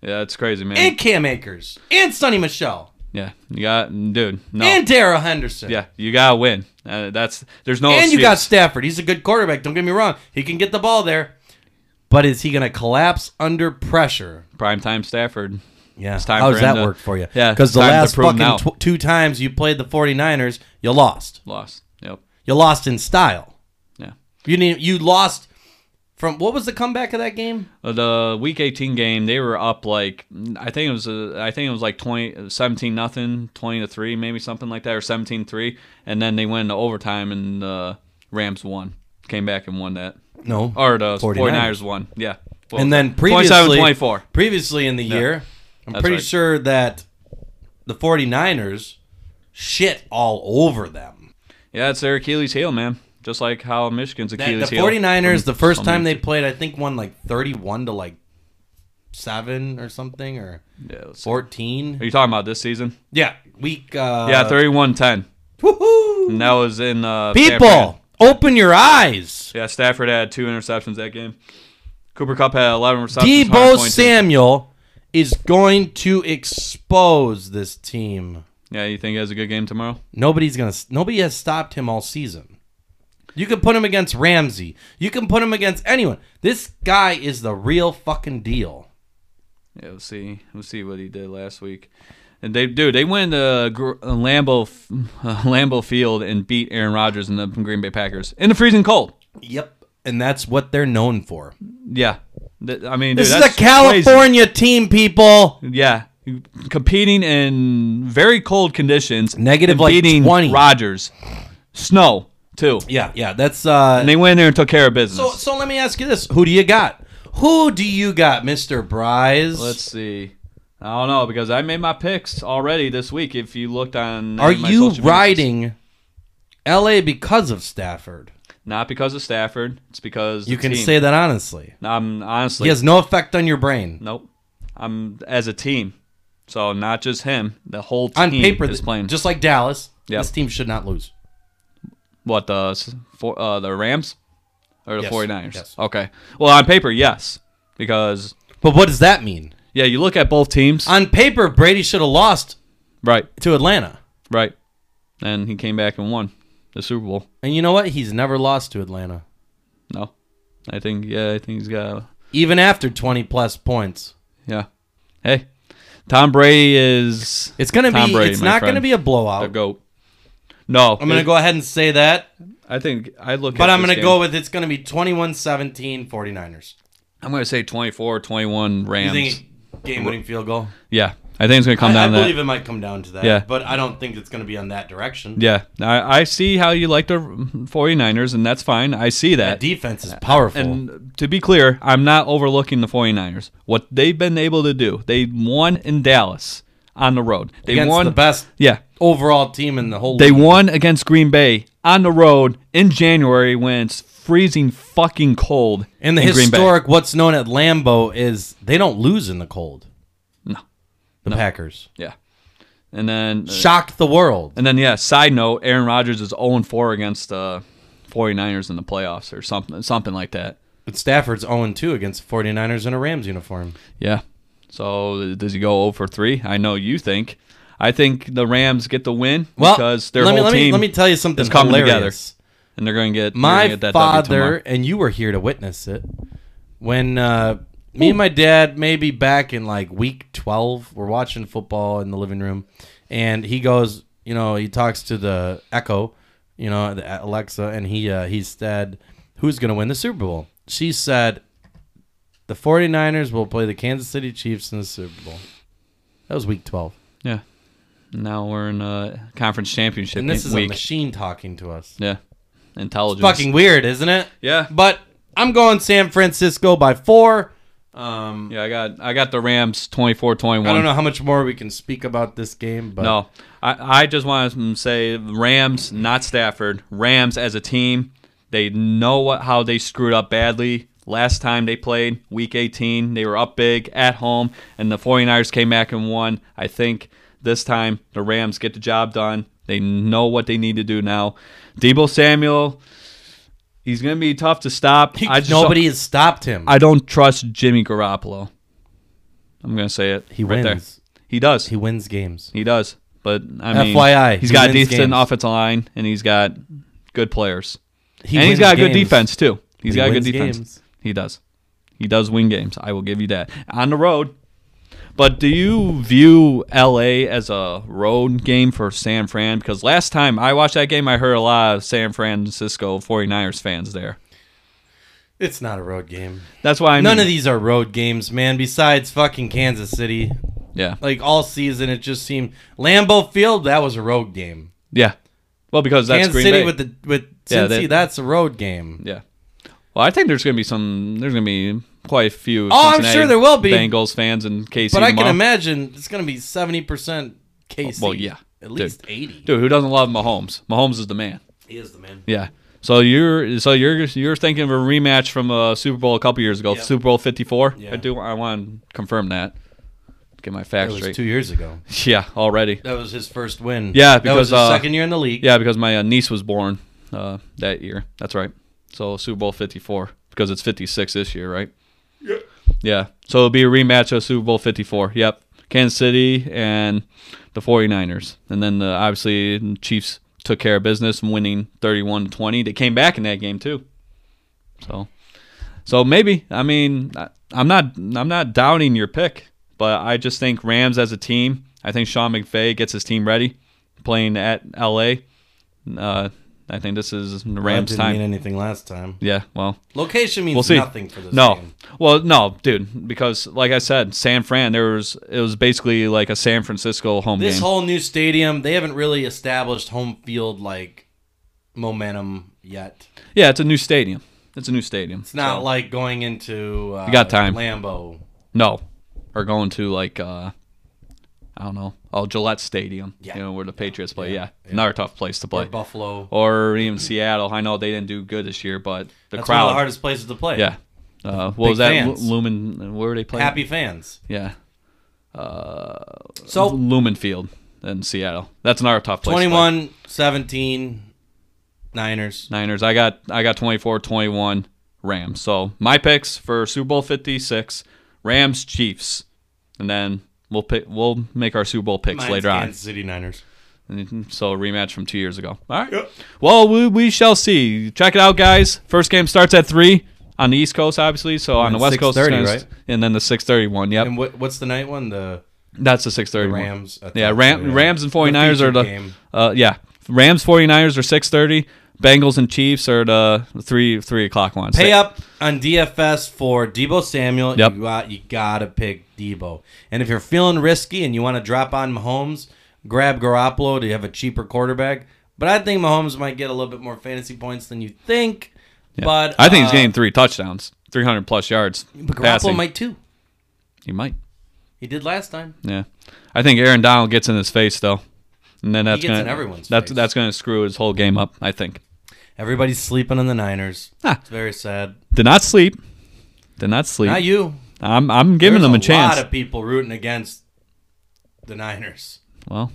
Speaker 2: yeah. It's crazy, man.
Speaker 1: and Cam Akers and Sonny Michelle
Speaker 2: yeah, you got dude. No,
Speaker 1: and Dara Henderson.
Speaker 2: yeah, you gotta win. Uh, that's there's no.
Speaker 1: And you
Speaker 2: excuse.
Speaker 1: got Stafford. He's a good quarterback. Don't get me wrong. He can get the ball there. But is he going to collapse under pressure?
Speaker 2: primetime Stafford.
Speaker 1: Yeah.
Speaker 2: time
Speaker 1: How
Speaker 2: for
Speaker 1: does
Speaker 2: him
Speaker 1: that
Speaker 2: to-
Speaker 1: work for you?
Speaker 2: Yeah,
Speaker 1: Because the
Speaker 2: time to
Speaker 1: last
Speaker 2: prove him
Speaker 1: fucking
Speaker 2: out.
Speaker 1: tw- two times you played the 49ers, you lost.
Speaker 2: Lost. Yep.
Speaker 1: You lost in style.
Speaker 2: Yeah.
Speaker 1: You need you lost from what was the comeback of that game?
Speaker 2: Uh, The week 18 game, they were up like I think it was uh, I think it was like 20 17 nothing, 20 to 3, maybe something like that or 17-3, and then they went into overtime and uh, Rams won. Came back and won that.
Speaker 1: No.
Speaker 2: Or the
Speaker 1: 49ers.
Speaker 2: 49ers, won. Yeah.
Speaker 1: and then previously
Speaker 2: 27-24.
Speaker 1: previously in the year, I'm
Speaker 2: That's
Speaker 1: pretty
Speaker 2: right.
Speaker 1: sure that the 49ers shit all over them.
Speaker 2: Yeah, it's their Achilles heel, man. Just like how Michigan's
Speaker 1: That-
Speaker 2: Achilles
Speaker 1: the
Speaker 2: heel.
Speaker 1: 49ers the first
Speaker 2: some
Speaker 1: time they played I think won like 31 to like 7 or something or
Speaker 2: Yeah, let's see.
Speaker 1: 14.
Speaker 2: Are you talking about this season?
Speaker 1: Yeah, week uh
Speaker 2: yeah, 31-10.
Speaker 1: woohoo!
Speaker 2: And that was in uh, Stafford.
Speaker 1: People, open your eyes.
Speaker 2: Yeah, Stafford had two interceptions that game. Cooper Cup had 11 receptions.
Speaker 1: Debo
Speaker 2: 122.
Speaker 1: Samuel is going to expose this team.
Speaker 2: Yeah, you think he has a good game tomorrow?
Speaker 1: Nobody's gonna. Nobody has stopped him all season. You can put him against Ramsey. You can put him against anyone. This guy is the real fucking deal.
Speaker 2: Yeah, we'll see. We'll see what he did last week. And they, dude, they went to Gr- uh, Lambeau, F- *laughs* uh, Lambeau Field and beat Aaron Rodgers and the Green Bay Packers in the freezing cold.
Speaker 1: Yep, and that's what they're known for.
Speaker 2: Yeah, Th- I mean, dude,
Speaker 1: This is
Speaker 2: that's
Speaker 1: a
Speaker 2: crazy.
Speaker 1: California team, people.
Speaker 2: Yeah, competing in very cold conditions,
Speaker 1: Negative,
Speaker 2: and
Speaker 1: like,
Speaker 2: beating
Speaker 1: 20.
Speaker 2: Rodgers, snow too,
Speaker 1: Yeah, yeah. That's uh.
Speaker 2: and they went in there and took care of business.
Speaker 1: So, so let me ask you this: Who do you got? Who do you got, Mister Bryce?
Speaker 2: Let's see. I don't know because I made my picks already this week. If you looked on,
Speaker 1: Are
Speaker 2: any of my
Speaker 1: you
Speaker 2: social medias.
Speaker 1: riding LA because of Stafford?
Speaker 2: Not because of Stafford. It's because
Speaker 1: You
Speaker 2: the
Speaker 1: can
Speaker 2: team.
Speaker 1: say that honestly.
Speaker 2: I'm honestly
Speaker 1: He has no effect on your brain.
Speaker 2: nope. I'm as a team, so not just him. The whole team
Speaker 1: On paper,
Speaker 2: is
Speaker 1: th-
Speaker 2: playing. Just
Speaker 1: just like Dallas,
Speaker 2: Yeah.
Speaker 1: this team should not lose.
Speaker 2: what the s- for, uh, the Rams or the
Speaker 1: Yes.
Speaker 2: 49ers.
Speaker 1: Yes.
Speaker 2: Okay. Well, on paper, yes, because
Speaker 1: But what does that mean?
Speaker 2: yeah, you look at both teams.
Speaker 1: On paper, Brady should have lost
Speaker 2: right.
Speaker 1: to Atlanta.
Speaker 2: Right. And he came back and won the Super Bowl.
Speaker 1: And you know what? He's never lost to Atlanta,
Speaker 2: No, I think yeah, I think he's got.
Speaker 1: even after 20 plus points.
Speaker 2: Yeah. Hey, Tom Brady is
Speaker 1: It's going to
Speaker 2: Tom
Speaker 1: be
Speaker 2: Brady,
Speaker 1: it's
Speaker 2: my
Speaker 1: not
Speaker 2: friend.
Speaker 1: going to be a blowout.
Speaker 2: the goat. No,
Speaker 1: I'm going to go ahead and say that,
Speaker 2: I think I look.
Speaker 1: but
Speaker 2: at
Speaker 1: I'm
Speaker 2: this
Speaker 1: going to
Speaker 2: game.
Speaker 1: go with it's going to be 21-17 49ers.
Speaker 2: I'm going to say 24, 21
Speaker 1: You
Speaker 2: Rams.
Speaker 1: think game-winning field goal?
Speaker 2: yeah, I think it's going to come
Speaker 1: I,
Speaker 2: down
Speaker 1: I
Speaker 2: to that.
Speaker 1: believe it might come down to that.
Speaker 2: Yeah.
Speaker 1: But I don't think it's going to be on that direction.
Speaker 2: Yeah, I, I see how you like the 49ers, and that's fine. I see
Speaker 1: That
Speaker 2: that.
Speaker 1: defense is powerful.
Speaker 2: And to be clear, I'm not overlooking the 49ers. What they've been able to do, they won in Dallas on the road. They
Speaker 1: against
Speaker 2: won
Speaker 1: the best
Speaker 2: Yeah,
Speaker 1: overall team in the whole
Speaker 2: They
Speaker 1: league.
Speaker 2: won against Green Bay on the road in January when it's freezing fucking cold.
Speaker 1: And the
Speaker 2: in Green Bay.
Speaker 1: historic what's known at Lambeau is they don't lose in the cold.
Speaker 2: No.
Speaker 1: The Packers.
Speaker 2: Yeah. And then uh,
Speaker 1: Shock the world.
Speaker 2: and then yeah, side note, Aaron Rodgers is 0 4 against the 49ers in the playoffs or something something like that.
Speaker 1: But Stafford's 0-2 against the 49ers in a Rams uniform.
Speaker 2: Yeah. So does he go 0 for 3? I know you think. I think the Rams get the win
Speaker 1: Well,
Speaker 2: because their
Speaker 1: let me,
Speaker 2: whole
Speaker 1: let me,
Speaker 2: team
Speaker 1: Let me tell you something
Speaker 2: is coming together.
Speaker 1: hilarious.
Speaker 2: and they're going to get they're gonna
Speaker 1: My
Speaker 2: get that W tomorrow.
Speaker 1: father, and you were here to witness it, when uh, me and my dad, maybe back in like week 12, were watching football in the living room, and he goes, you know, he talks to the Echo, you know, the Alexa, and he, uh, he said, Who's going to win the Super Bowl? She said, The 49ers will play the Kansas City Chiefs in the Super Bowl. That was week 12.
Speaker 2: Yeah. Now we're in a conference championship
Speaker 1: And this is a
Speaker 2: week.
Speaker 1: machine talking to us.
Speaker 2: yeah. Intelligence.
Speaker 1: Fucking weird, isn't it?
Speaker 2: Yeah.
Speaker 1: But I'm going San Francisco by four. Um,
Speaker 2: Yeah, I got I got the Rams 24-21.
Speaker 1: I don't know how much more we can speak about this game, but *laughs*
Speaker 2: No. I, I just want to say Rams, not Stafford. Rams as a team, they know what, how they screwed up badly. Last time they played, week 18, they were up big at home, and the 49ers came back and won. I think this time the Rams get the job done. They know what they need to do now. Debo Samuel, he's going to be tough to stop. I just don't-
Speaker 1: nobody has stopped him.
Speaker 2: I don't trust Jimmy Garoppolo. I'm gonna say it.
Speaker 1: He
Speaker 2: right
Speaker 1: wins.
Speaker 2: There. He does.
Speaker 1: he
Speaker 2: He,
Speaker 1: wins games.
Speaker 2: does. But I mean,
Speaker 1: FYI,
Speaker 2: he's
Speaker 1: he
Speaker 2: got a
Speaker 1: wins
Speaker 2: decent
Speaker 1: games.
Speaker 2: offensive line, and he's got good players,
Speaker 1: He
Speaker 2: and
Speaker 1: wins
Speaker 2: he's got a good
Speaker 1: games.
Speaker 2: defense too. He's
Speaker 1: He
Speaker 2: got a good
Speaker 1: wins
Speaker 2: defense.
Speaker 1: games.
Speaker 2: He does. He does win games. I will give you that. On the road, But do you view LA as a road game for San Fran? Because last time I watched that game, I heard a lot of San Francisco 49ers fans there.
Speaker 1: It's not a road game.
Speaker 2: That's why I
Speaker 1: None
Speaker 2: mean-
Speaker 1: of these are road games, man. Besides fucking Kansas City,
Speaker 2: Yeah.
Speaker 1: like all season, it just seemed Lambeau Field. That was a road game.
Speaker 2: Yeah. Well, because that's
Speaker 1: Kansas
Speaker 2: Green
Speaker 1: City
Speaker 2: Bay.
Speaker 1: with the with
Speaker 2: Yeah,
Speaker 1: Cincy.
Speaker 2: they-
Speaker 1: that's a road game.
Speaker 2: yeah. Well, I think there's going to be some. There's going to be quite a few.
Speaker 1: Oh, I'm
Speaker 2: Cincinnati
Speaker 1: sure there will be.
Speaker 2: Bengals fans and KC.
Speaker 1: But I can
Speaker 2: tomorrow.
Speaker 1: imagine it's gonna be seventy percent KC.
Speaker 2: Well, yeah.
Speaker 1: at
Speaker 2: Dude.
Speaker 1: least eighty.
Speaker 2: Dude, who doesn't love Mahomes? Mahomes is the man.
Speaker 1: He is the man.
Speaker 2: Yeah. So you're so you're you're thinking of a rematch from a Super Bowl a couple years ago,
Speaker 1: Yeah.
Speaker 2: Super Bowl 54.
Speaker 1: Yeah.
Speaker 2: I do I want to confirm that. Get my
Speaker 1: That
Speaker 2: facts
Speaker 1: was
Speaker 2: straight.
Speaker 1: two years ago.
Speaker 2: *laughs* yeah, already.
Speaker 1: That was his first win.
Speaker 2: Yeah,
Speaker 1: that was
Speaker 2: because,
Speaker 1: his
Speaker 2: uh,
Speaker 1: second year in the league.
Speaker 2: Yeah, because my uh, niece was born uh, that year. That's right. So Super Bowl 54 because it's 56 this year, right? Yep. Yeah. So it'll be a rematch of Super Bowl 54. Yep. Kansas City and the 49ers. And then the, obviously the Chiefs took care of business winning 31 to 20. They came back in that game too. So so maybe I mean I, I'm not I'm not doubting your pick, but I just think Rams as a team, I think Sean McVay gets his team ready playing at LA. Uh, I think this is the
Speaker 1: Well, that
Speaker 2: Rams
Speaker 1: didn't
Speaker 2: time.
Speaker 1: mean anything last time.
Speaker 2: yeah, well,
Speaker 1: Location means
Speaker 2: We'll see.
Speaker 1: nothing for this
Speaker 2: no.
Speaker 1: game.
Speaker 2: Well, no, dude, because like I said, San Fran there was it was basically like a San Francisco home
Speaker 1: This
Speaker 2: game.
Speaker 1: whole new stadium, they haven't really established home field like momentum yet.
Speaker 2: yeah, it's a new stadium. It's a new stadium.
Speaker 1: It's not
Speaker 2: so-
Speaker 1: like going into uh,
Speaker 2: You got time.
Speaker 1: Lambeau.
Speaker 2: No, or going to like uh, I don't know, oh Gillette Stadium,
Speaker 1: Yeah.
Speaker 2: you know where the Patriots play.
Speaker 1: Yeah.
Speaker 2: Yeah,
Speaker 1: Yeah.
Speaker 2: another tough place
Speaker 1: or
Speaker 2: to play.
Speaker 1: Buffalo.
Speaker 2: Or even Seattle. I know they didn't do good this year, but
Speaker 1: That's
Speaker 2: the
Speaker 1: one
Speaker 2: crowd.
Speaker 1: of the hardest places to play.
Speaker 2: yeah. Uh, what
Speaker 1: Big
Speaker 2: was that?
Speaker 1: fans.
Speaker 2: Lu- Lumen. Where were they playing?
Speaker 1: happy fans.
Speaker 2: Yeah.
Speaker 1: So
Speaker 2: Lumen Field in Seattle. That's another tough place. to play.
Speaker 1: 21, 17, Niners.
Speaker 2: Niners. I got I got 24 21 Rams. So my picks for Super Bowl 56 Rams Chiefs. And then we'll pick we'll make our Super Bowl picks
Speaker 1: Mine's
Speaker 2: later on.
Speaker 1: Kansas City Niners.
Speaker 2: And So a rematch from two years ago. All right.
Speaker 1: Yep.
Speaker 2: Well, we, we shall see. Check it out, guys. First game starts at three on the East Coast, obviously. So on
Speaker 1: And
Speaker 2: the West Coast, it's
Speaker 1: 6:30,
Speaker 2: gonna-
Speaker 1: right?
Speaker 2: And then the six thirty one. Yep,
Speaker 1: And what, what's the night one? The
Speaker 2: that's the six thirty one.
Speaker 1: Rams. I
Speaker 2: Yeah,
Speaker 1: thought,
Speaker 2: Ram,
Speaker 1: yeah.
Speaker 2: Rams and 49ers are
Speaker 1: featured
Speaker 2: the
Speaker 1: game.
Speaker 2: uh, yeah Rams 49ers are six thirty. Bengals and Chiefs are the three three o'clock ones.
Speaker 1: Pay up on DFS for Debo Samuel.
Speaker 2: Yep.
Speaker 1: You, got, you gotta pick Debo. And if you're feeling risky and you want to drop on Mahomes, grab Garoppolo to have a cheaper quarterback. But I think Mahomes might get a little bit more fantasy points than you think.
Speaker 2: Yeah.
Speaker 1: But
Speaker 2: I think he's
Speaker 1: uh,
Speaker 2: getting three touchdowns, three hundred plus yards.
Speaker 1: But Garoppolo
Speaker 2: passing.
Speaker 1: might too.
Speaker 2: He might.
Speaker 1: He did last time.
Speaker 2: Yeah, I think Aaron Donald gets in his face though, and then that's
Speaker 1: gets
Speaker 2: gonna
Speaker 1: in everyone's
Speaker 2: that's
Speaker 1: face.
Speaker 2: that's gonna screw his whole game up. I think.
Speaker 1: Everybody's sleeping on the Niners.
Speaker 2: Ah.
Speaker 1: It's very sad.
Speaker 2: Did not sleep. Did not sleep.
Speaker 1: Not you.
Speaker 2: I'm I'm giving
Speaker 1: There's
Speaker 2: them a, chance.
Speaker 1: lot of people rooting against the Niners.
Speaker 2: well,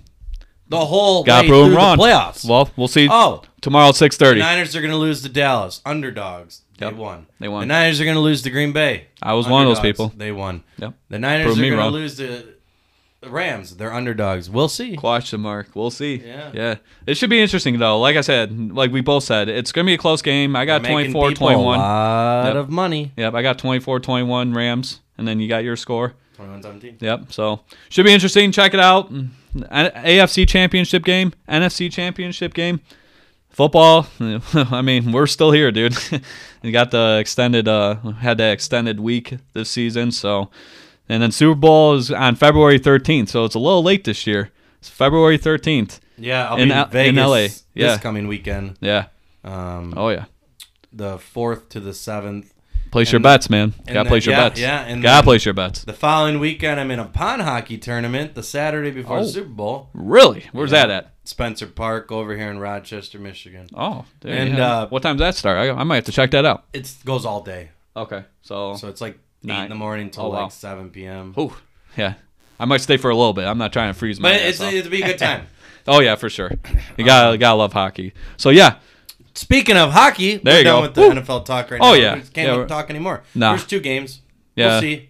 Speaker 1: The whole
Speaker 2: got
Speaker 1: way
Speaker 2: proven
Speaker 1: through
Speaker 2: wrong.
Speaker 1: the playoffs.
Speaker 2: Well, we'll see
Speaker 1: oh,
Speaker 2: tomorrow at six thirty.
Speaker 1: the Niners are going to lose to Dallas. Underdogs. They
Speaker 2: Yep.
Speaker 1: won.
Speaker 2: They won.
Speaker 1: The Niners are going to lose to Green Bay.
Speaker 2: I was one of those
Speaker 1: Underdogs.
Speaker 2: people.
Speaker 1: They won.
Speaker 2: Yep.
Speaker 1: The Niners
Speaker 2: Prove
Speaker 1: are
Speaker 2: me
Speaker 1: going to
Speaker 2: wrong.
Speaker 1: lose to the Rams. They're underdogs. We'll see.
Speaker 2: Watch the mark. We'll see.
Speaker 1: Yeah.
Speaker 2: Yeah. It should be interesting though. Like I said, like we both said, it's gonna be a close game. I got
Speaker 1: Making
Speaker 2: 24
Speaker 1: people
Speaker 2: 21.
Speaker 1: A lot
Speaker 2: Yep.
Speaker 1: of money.
Speaker 2: Yep, I got 24 21 Rams, and then you got your score.
Speaker 1: 21-17.
Speaker 2: Yep. So should be interesting. Check it out. Mm, A- AFC Championship game, NFC Championship game, football. *laughs* I mean, we're still here, dude. *laughs* we got the extended, uh, had the extended week this season. So, and then Super Bowl is on February 13th. So it's a little late this year. It's February 13th.
Speaker 1: Yeah, I'll
Speaker 2: In
Speaker 1: be
Speaker 2: L-
Speaker 1: in
Speaker 2: in
Speaker 1: Vegas
Speaker 2: LA. Yeah.
Speaker 1: this coming weekend.
Speaker 2: Yeah.
Speaker 1: Um,
Speaker 2: Oh yeah.
Speaker 1: The 4th to the 7th.
Speaker 2: Place
Speaker 1: And
Speaker 2: your
Speaker 1: the-
Speaker 2: bets, man.
Speaker 1: and the-
Speaker 2: Got to place your
Speaker 1: yeah,
Speaker 2: bets.
Speaker 1: yeah, and
Speaker 2: Got
Speaker 1: then-
Speaker 2: to place your bets.
Speaker 1: The following weekend, I'm in a pond hockey tournament the Saturday before
Speaker 2: Oh.
Speaker 1: the Super Bowl.
Speaker 2: Really? Where's
Speaker 1: Yeah.
Speaker 2: that at?
Speaker 1: Spencer Park over here in Rochester, Michigan.
Speaker 2: Oh, there you
Speaker 1: And,
Speaker 2: have it.
Speaker 1: uh,
Speaker 2: what time's that start? I, I might have to check that out.
Speaker 1: It goes all day.
Speaker 2: Okay, so
Speaker 1: So it's like 8
Speaker 2: Nine.
Speaker 1: in the morning till
Speaker 2: Oh, wow.
Speaker 1: like 7 p.m.
Speaker 2: Ooh, yeah. I might stay for a little bit. I'm not trying to freeze my.
Speaker 1: But
Speaker 2: ass
Speaker 1: it's,
Speaker 2: off.
Speaker 1: it'd be a good
Speaker 2: *laughs*
Speaker 1: time.
Speaker 2: oh yeah, for sure. You gotta gotta love hockey. So yeah,
Speaker 1: Speaking of hockey,
Speaker 2: There
Speaker 1: we're
Speaker 2: you
Speaker 1: done
Speaker 2: go.
Speaker 1: with the
Speaker 2: Woo.
Speaker 1: NFL talk right
Speaker 2: Oh,
Speaker 1: now.
Speaker 2: yeah.
Speaker 1: We just
Speaker 2: Yeah,
Speaker 1: can't
Speaker 2: we're-
Speaker 1: talk anymore.
Speaker 2: Nah.
Speaker 1: There's two games.
Speaker 2: Yeah.
Speaker 1: We'll see.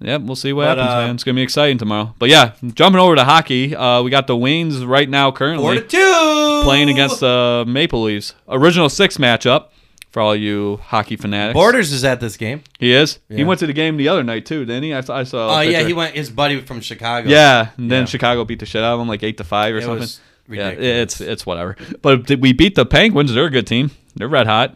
Speaker 2: yeah. We'll see what
Speaker 1: But,
Speaker 2: happens,
Speaker 1: uh,
Speaker 2: man. It's gonna be exciting tomorrow. But yeah, jumping over to hockey. Uh, we got the Wings right now
Speaker 1: Four
Speaker 2: currently
Speaker 1: to two.
Speaker 2: playing against the Maple Leafs. Original six matchup. for all you hockey fanatics.
Speaker 1: Borders is at this game.
Speaker 2: He is. He
Speaker 1: Yeah.
Speaker 2: went to the game the other night too, didn't he? I, saw- I saw.
Speaker 1: Oh
Speaker 2: a
Speaker 1: yeah,
Speaker 2: picture.
Speaker 1: he went. His buddy from Chicago.
Speaker 2: Yeah, and then
Speaker 1: Yeah.
Speaker 2: Chicago beat the shit out of them, like eight to five or
Speaker 1: it
Speaker 2: something.
Speaker 1: was
Speaker 2: yeah,
Speaker 1: ridiculous.
Speaker 2: it's it's whatever. But th- we beat the Penguins. They're a good team. They're red hot.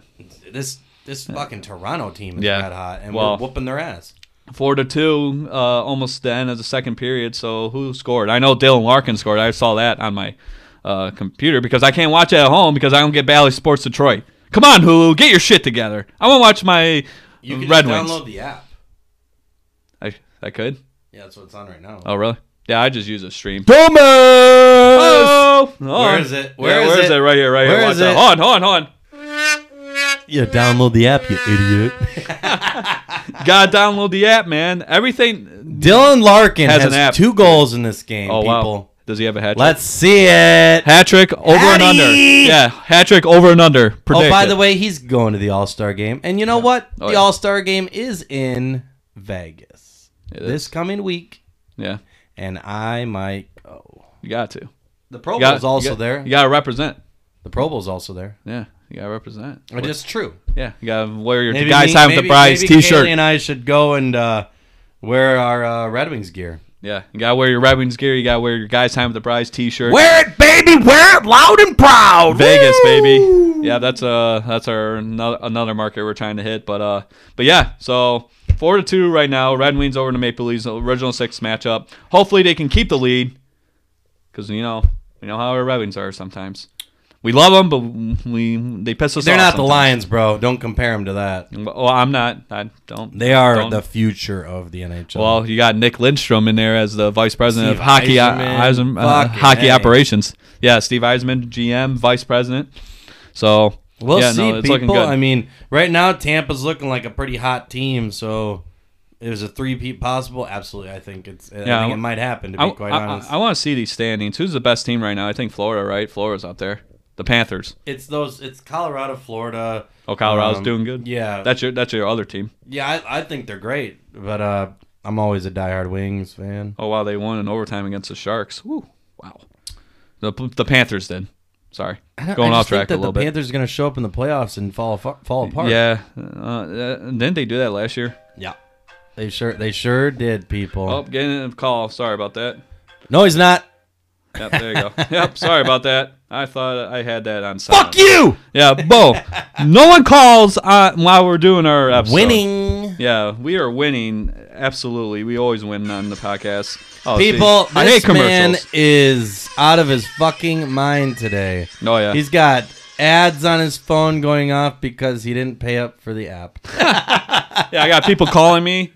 Speaker 1: this this fucking Toronto team is
Speaker 2: Yeah.
Speaker 1: red hot, and
Speaker 2: Well-
Speaker 1: we're whooping their ass.
Speaker 2: Four to two, uh, almost the end of the second period. So who scored? I know Dylan Larkin scored. I saw that on my uh, computer because I can't watch it at home because I don't get Bally Sports Detroit. Come on, Hulu, get your shit together. I want to watch my
Speaker 1: You can just
Speaker 2: Red Wings.
Speaker 1: download the app.
Speaker 2: I, I could.
Speaker 1: Yeah, that's what it's on right now.
Speaker 2: Oh really? Yeah, I just use a stream.
Speaker 1: Thomas.
Speaker 2: Oh,
Speaker 1: Where is it?
Speaker 2: Where
Speaker 1: Where
Speaker 2: is
Speaker 1: is
Speaker 2: it?
Speaker 1: it?
Speaker 2: Right here, right here.
Speaker 1: Where
Speaker 2: Watch
Speaker 1: is
Speaker 2: that.
Speaker 1: it?
Speaker 2: Hold on, hold on, hold on.
Speaker 1: Yeah, download the app, you idiot. *laughs*
Speaker 2: Gotta download the app, man. Everything.
Speaker 1: Dylan Larkin
Speaker 2: Has
Speaker 1: has,
Speaker 2: an app.
Speaker 1: two goals in this game,
Speaker 2: Oh
Speaker 1: people.
Speaker 2: wow. Does he have a hat trick?
Speaker 1: Let's see it.
Speaker 2: Hat trick over and under.
Speaker 1: Hattie!
Speaker 2: Yeah, hat trick over and under. Predict
Speaker 1: Oh, by
Speaker 2: it.
Speaker 1: the way, he's going to the All Star game. And you know what?
Speaker 2: Oh,
Speaker 1: the
Speaker 2: yeah.
Speaker 1: All Star game is in Vegas
Speaker 2: It
Speaker 1: this
Speaker 2: is.
Speaker 1: coming week,
Speaker 2: Yeah,
Speaker 1: and I might go.
Speaker 2: you got to.
Speaker 1: The Pro
Speaker 2: You got-
Speaker 1: Bowl's Oh, also
Speaker 2: you got-
Speaker 1: there.
Speaker 2: You gotta represent.
Speaker 1: The Pro Bowl's also there.
Speaker 2: Yeah, you gotta represent.
Speaker 1: But it's true.
Speaker 2: Yeah, you gotta wear your
Speaker 1: Maybe
Speaker 2: guy
Speaker 1: me-
Speaker 2: sign with
Speaker 1: maybe-
Speaker 2: the prize
Speaker 1: maybe
Speaker 2: T-shirt.
Speaker 1: Kaylee and I should go and uh, wear our uh, Red Wings gear.
Speaker 2: Yeah, you gotta wear your Red Wings gear. You gotta wear your guy sign with the prize T-shirt.
Speaker 1: Wear it, baby! Wear it loud and proud.
Speaker 2: Vegas,
Speaker 1: Woo!
Speaker 2: baby. Yeah, that's uh that's our another, another market we're trying to hit. But uh, but yeah, so four to two right now. Red Wings over to Maple Leafs original six matchup. Hopefully they can keep the lead, because you know you know how our Red Wings are sometimes. We love them, but we they piss us
Speaker 1: They're
Speaker 2: off.
Speaker 1: not the
Speaker 2: sometimes.
Speaker 1: Lions, bro. Don't compare them to that.
Speaker 2: Well, I'm not. I don't.
Speaker 1: They are
Speaker 2: Don't-
Speaker 1: the future of the NHL.
Speaker 2: Well, you got Nick Lindstrom in there as the vice president
Speaker 1: Steve
Speaker 2: of hockey
Speaker 1: Eisenman.
Speaker 2: Eisen- uh,
Speaker 1: Fucking
Speaker 2: hockey
Speaker 1: A.
Speaker 2: operations. Yeah, Steve Eisman, GM, vice president. So
Speaker 1: we'll
Speaker 2: yeah,
Speaker 1: see,
Speaker 2: no, it's looking
Speaker 1: people.
Speaker 2: good.
Speaker 1: I mean, right now Tampa's looking like a pretty hot team, so it was a three-peat possible. Absolutely, I think it's.
Speaker 2: Yeah,
Speaker 1: I think
Speaker 2: I-
Speaker 1: it might happen. To be
Speaker 2: I,
Speaker 1: quite honest,
Speaker 2: want to see these standings. Who's the best team right now? I think Florida, right? Florida's out there. The Panthers.
Speaker 1: it's those. It's Colorado, Florida.
Speaker 2: Oh, Colorado's
Speaker 1: um,
Speaker 2: doing good.
Speaker 1: Yeah,
Speaker 2: That's your that's your other team.
Speaker 1: Yeah, I, I think they're great, but uh, I'm always a diehard Wings fan.
Speaker 2: Oh wow, they won in overtime against the Sharks. Woo, wow. The the Panthers did. Sorry, going off track a little
Speaker 1: the
Speaker 2: bit.
Speaker 1: Panthers are going to show up in the playoffs and fall fa- fall apart.
Speaker 2: Yeah, uh, uh, didn't they do that last year?
Speaker 1: yeah. They sure they sure did, people.
Speaker 2: Oh, getting a call. Sorry about that.
Speaker 1: No, he's not.
Speaker 2: Yep, there you
Speaker 1: *laughs*
Speaker 2: go. yep, sorry about that. I thought I had that on.
Speaker 1: Fuck
Speaker 2: silent.
Speaker 1: you.
Speaker 2: Yeah, Bo. no one calls uh, while we're doing our episode.
Speaker 1: Winning.
Speaker 2: Yeah, we are winning. Absolutely, we always win on the podcast. Oh, see,
Speaker 1: People,
Speaker 2: I hate
Speaker 1: this man
Speaker 2: commercials.
Speaker 1: is out of his fucking mind today.
Speaker 2: Oh yeah,
Speaker 1: He's got ads on his phone going off because he didn't pay up for the app.
Speaker 2: yeah. I got people calling me.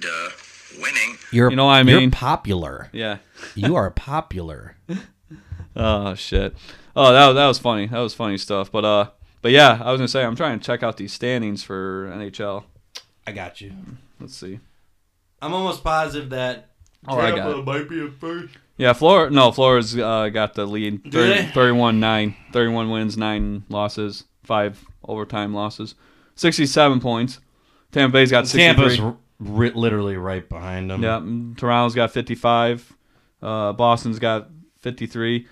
Speaker 3: Duh. Winning.
Speaker 1: You're,
Speaker 2: You know what I
Speaker 1: You're
Speaker 2: mean?
Speaker 1: popular.
Speaker 2: Yeah.
Speaker 1: You are popular.
Speaker 2: Oh shit. Oh, that was, that was funny. That was funny stuff. But uh, but yeah, I was gonna say I'm trying to check out these standings for NHL.
Speaker 1: I got you.
Speaker 2: Let's see.
Speaker 1: I'm almost positive that
Speaker 2: Oh, I got it.
Speaker 1: might be a first.
Speaker 2: Yeah, Florida. No, Florida's uh, got the lead.
Speaker 1: Do they?
Speaker 2: 31 9. 31 wins, 9 losses, 5 overtime losses. 67 points. Tampa Bay's got 63.
Speaker 1: Tampa's r- ri- literally right behind them.
Speaker 2: Yeah, mm, Toronto's got 55. Uh, Boston's got 53.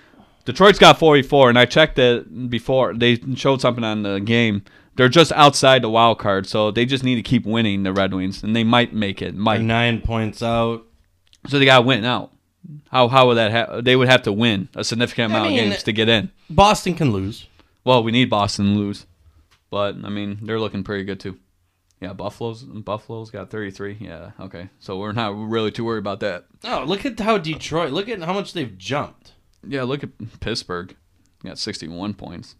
Speaker 2: Detroit's got 44. And I checked it before. They showed something on the game. They're just outside the wild card, so they just need to keep winning the Red Wings, and they might make it.
Speaker 1: They're
Speaker 2: Might.
Speaker 1: nine points out.
Speaker 2: So they got to win out. How how would that happen? They would have to win a significant
Speaker 1: I
Speaker 2: amount
Speaker 1: mean-
Speaker 2: of games to get in.
Speaker 1: Boston can lose.
Speaker 2: Well, we need Boston to lose, but I mean they're looking pretty good too. Yeah, Buffalo's Buffalo's got 33. Yeah, okay. So we're not really too worried about that.
Speaker 1: Oh, look at how Detroit. Look at how much they've jumped.
Speaker 2: Yeah, look at Pittsburgh, got 61 points.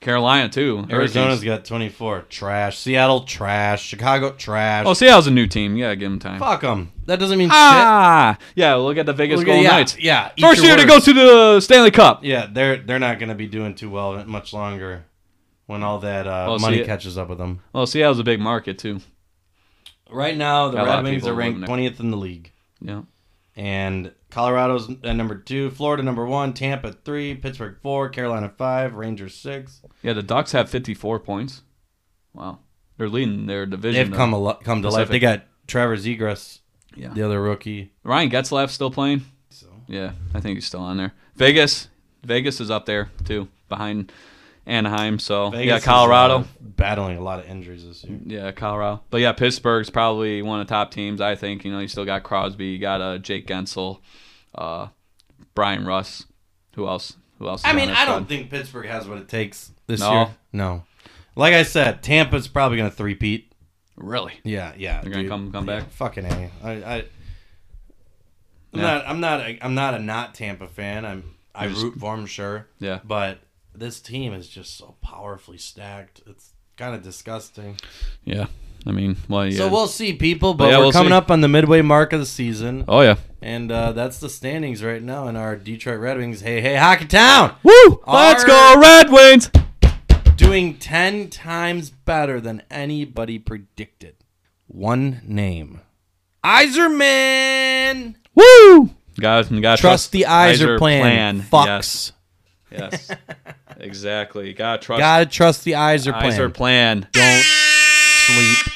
Speaker 2: Carolina too.
Speaker 1: Arizona's
Speaker 2: Hurricanes.
Speaker 1: got 24. Trash. Seattle trash. Chicago trash.
Speaker 2: Oh, Seattle's a new team. Yeah, give them time.
Speaker 1: fuck them. That doesn't mean
Speaker 2: Ah, yeah. Look at the
Speaker 1: shit.
Speaker 2: Vegas
Speaker 1: Look at-
Speaker 2: Golden
Speaker 1: yeah,
Speaker 2: Knights.
Speaker 1: Yeah. eat
Speaker 2: First
Speaker 1: your
Speaker 2: year to go
Speaker 1: words.
Speaker 2: to the Stanley Cup.
Speaker 1: Yeah, they're they're not going to be doing too well much longer when all that uh,
Speaker 2: Well,
Speaker 1: money
Speaker 2: see-
Speaker 1: catches up with them.
Speaker 2: Well, Seattle's a big market too.
Speaker 1: Right now, the
Speaker 2: Got a lot
Speaker 1: Red
Speaker 2: of
Speaker 1: Wings
Speaker 2: people
Speaker 1: are ranked
Speaker 2: living there.
Speaker 1: 20th in the league.
Speaker 2: Yeah.
Speaker 1: And Colorado's at number two, Florida number one, Tampa three, Pittsburgh four, Carolina five, Rangers six.
Speaker 2: Yeah, the Ducks have 54 points. Wow, they're leading their division.
Speaker 1: They've
Speaker 2: though.
Speaker 1: come a lo- come to life. They
Speaker 2: Pacific.
Speaker 1: got Trevor Zegras,
Speaker 2: Yeah.
Speaker 1: the other rookie.
Speaker 2: Ryan Getzlaff's still playing.
Speaker 1: So
Speaker 2: Yeah, I think he's still on there. Vegas, Vegas is up there too, behind Anaheim. So
Speaker 1: Vegas
Speaker 2: yeah,
Speaker 1: is,
Speaker 2: Colorado.
Speaker 1: uh, battling a lot of injuries this year.
Speaker 2: Yeah, Colorado. But yeah, Pittsburgh's probably one of the top teams. I think you know you still got Crosby, you got uh, Jake Gensel, uh, Brian Russ. Who else? Who else? is
Speaker 1: I
Speaker 2: on
Speaker 1: mean,
Speaker 2: their
Speaker 1: I
Speaker 2: squad?
Speaker 1: don't think Pittsburgh has what it takes this
Speaker 2: No.
Speaker 1: year. No. Like I said, Tampa's probably going to three-peat.
Speaker 2: really.
Speaker 1: Yeah, yeah.
Speaker 2: They're gonna come- come back?
Speaker 1: Fucking A. I, I, I'm
Speaker 2: Yeah.
Speaker 1: not. I'm not. A, I'm not a not Tampa fan. I'm. I
Speaker 2: You're just-
Speaker 1: root for them, sure.
Speaker 2: Yeah.
Speaker 1: But this team is just so powerfully stacked. It's kind of disgusting.
Speaker 2: Yeah. I mean, well, yeah.
Speaker 1: So we'll see, people. But
Speaker 2: Yeah,
Speaker 1: we're
Speaker 2: we'll
Speaker 1: coming
Speaker 2: see.
Speaker 1: up on the midway mark of the season,
Speaker 2: oh yeah.
Speaker 1: and uh, that's the standings right now in our Detroit Red Wings. Hey, hey, Hockey Town!
Speaker 2: Woo!
Speaker 1: Let's go,
Speaker 2: Red Wings.
Speaker 1: Doing ten times better than anybody predicted. One name, Iserman.
Speaker 2: Woo! Guys, you gotta
Speaker 1: Trust the eyes
Speaker 2: Iser
Speaker 1: are plan. Fucks. *laughs*
Speaker 2: Yes, yes. exactly. You gotta trust
Speaker 1: Gotta trust the eyes are plan.
Speaker 2: eyes are plan.
Speaker 1: Don't sleep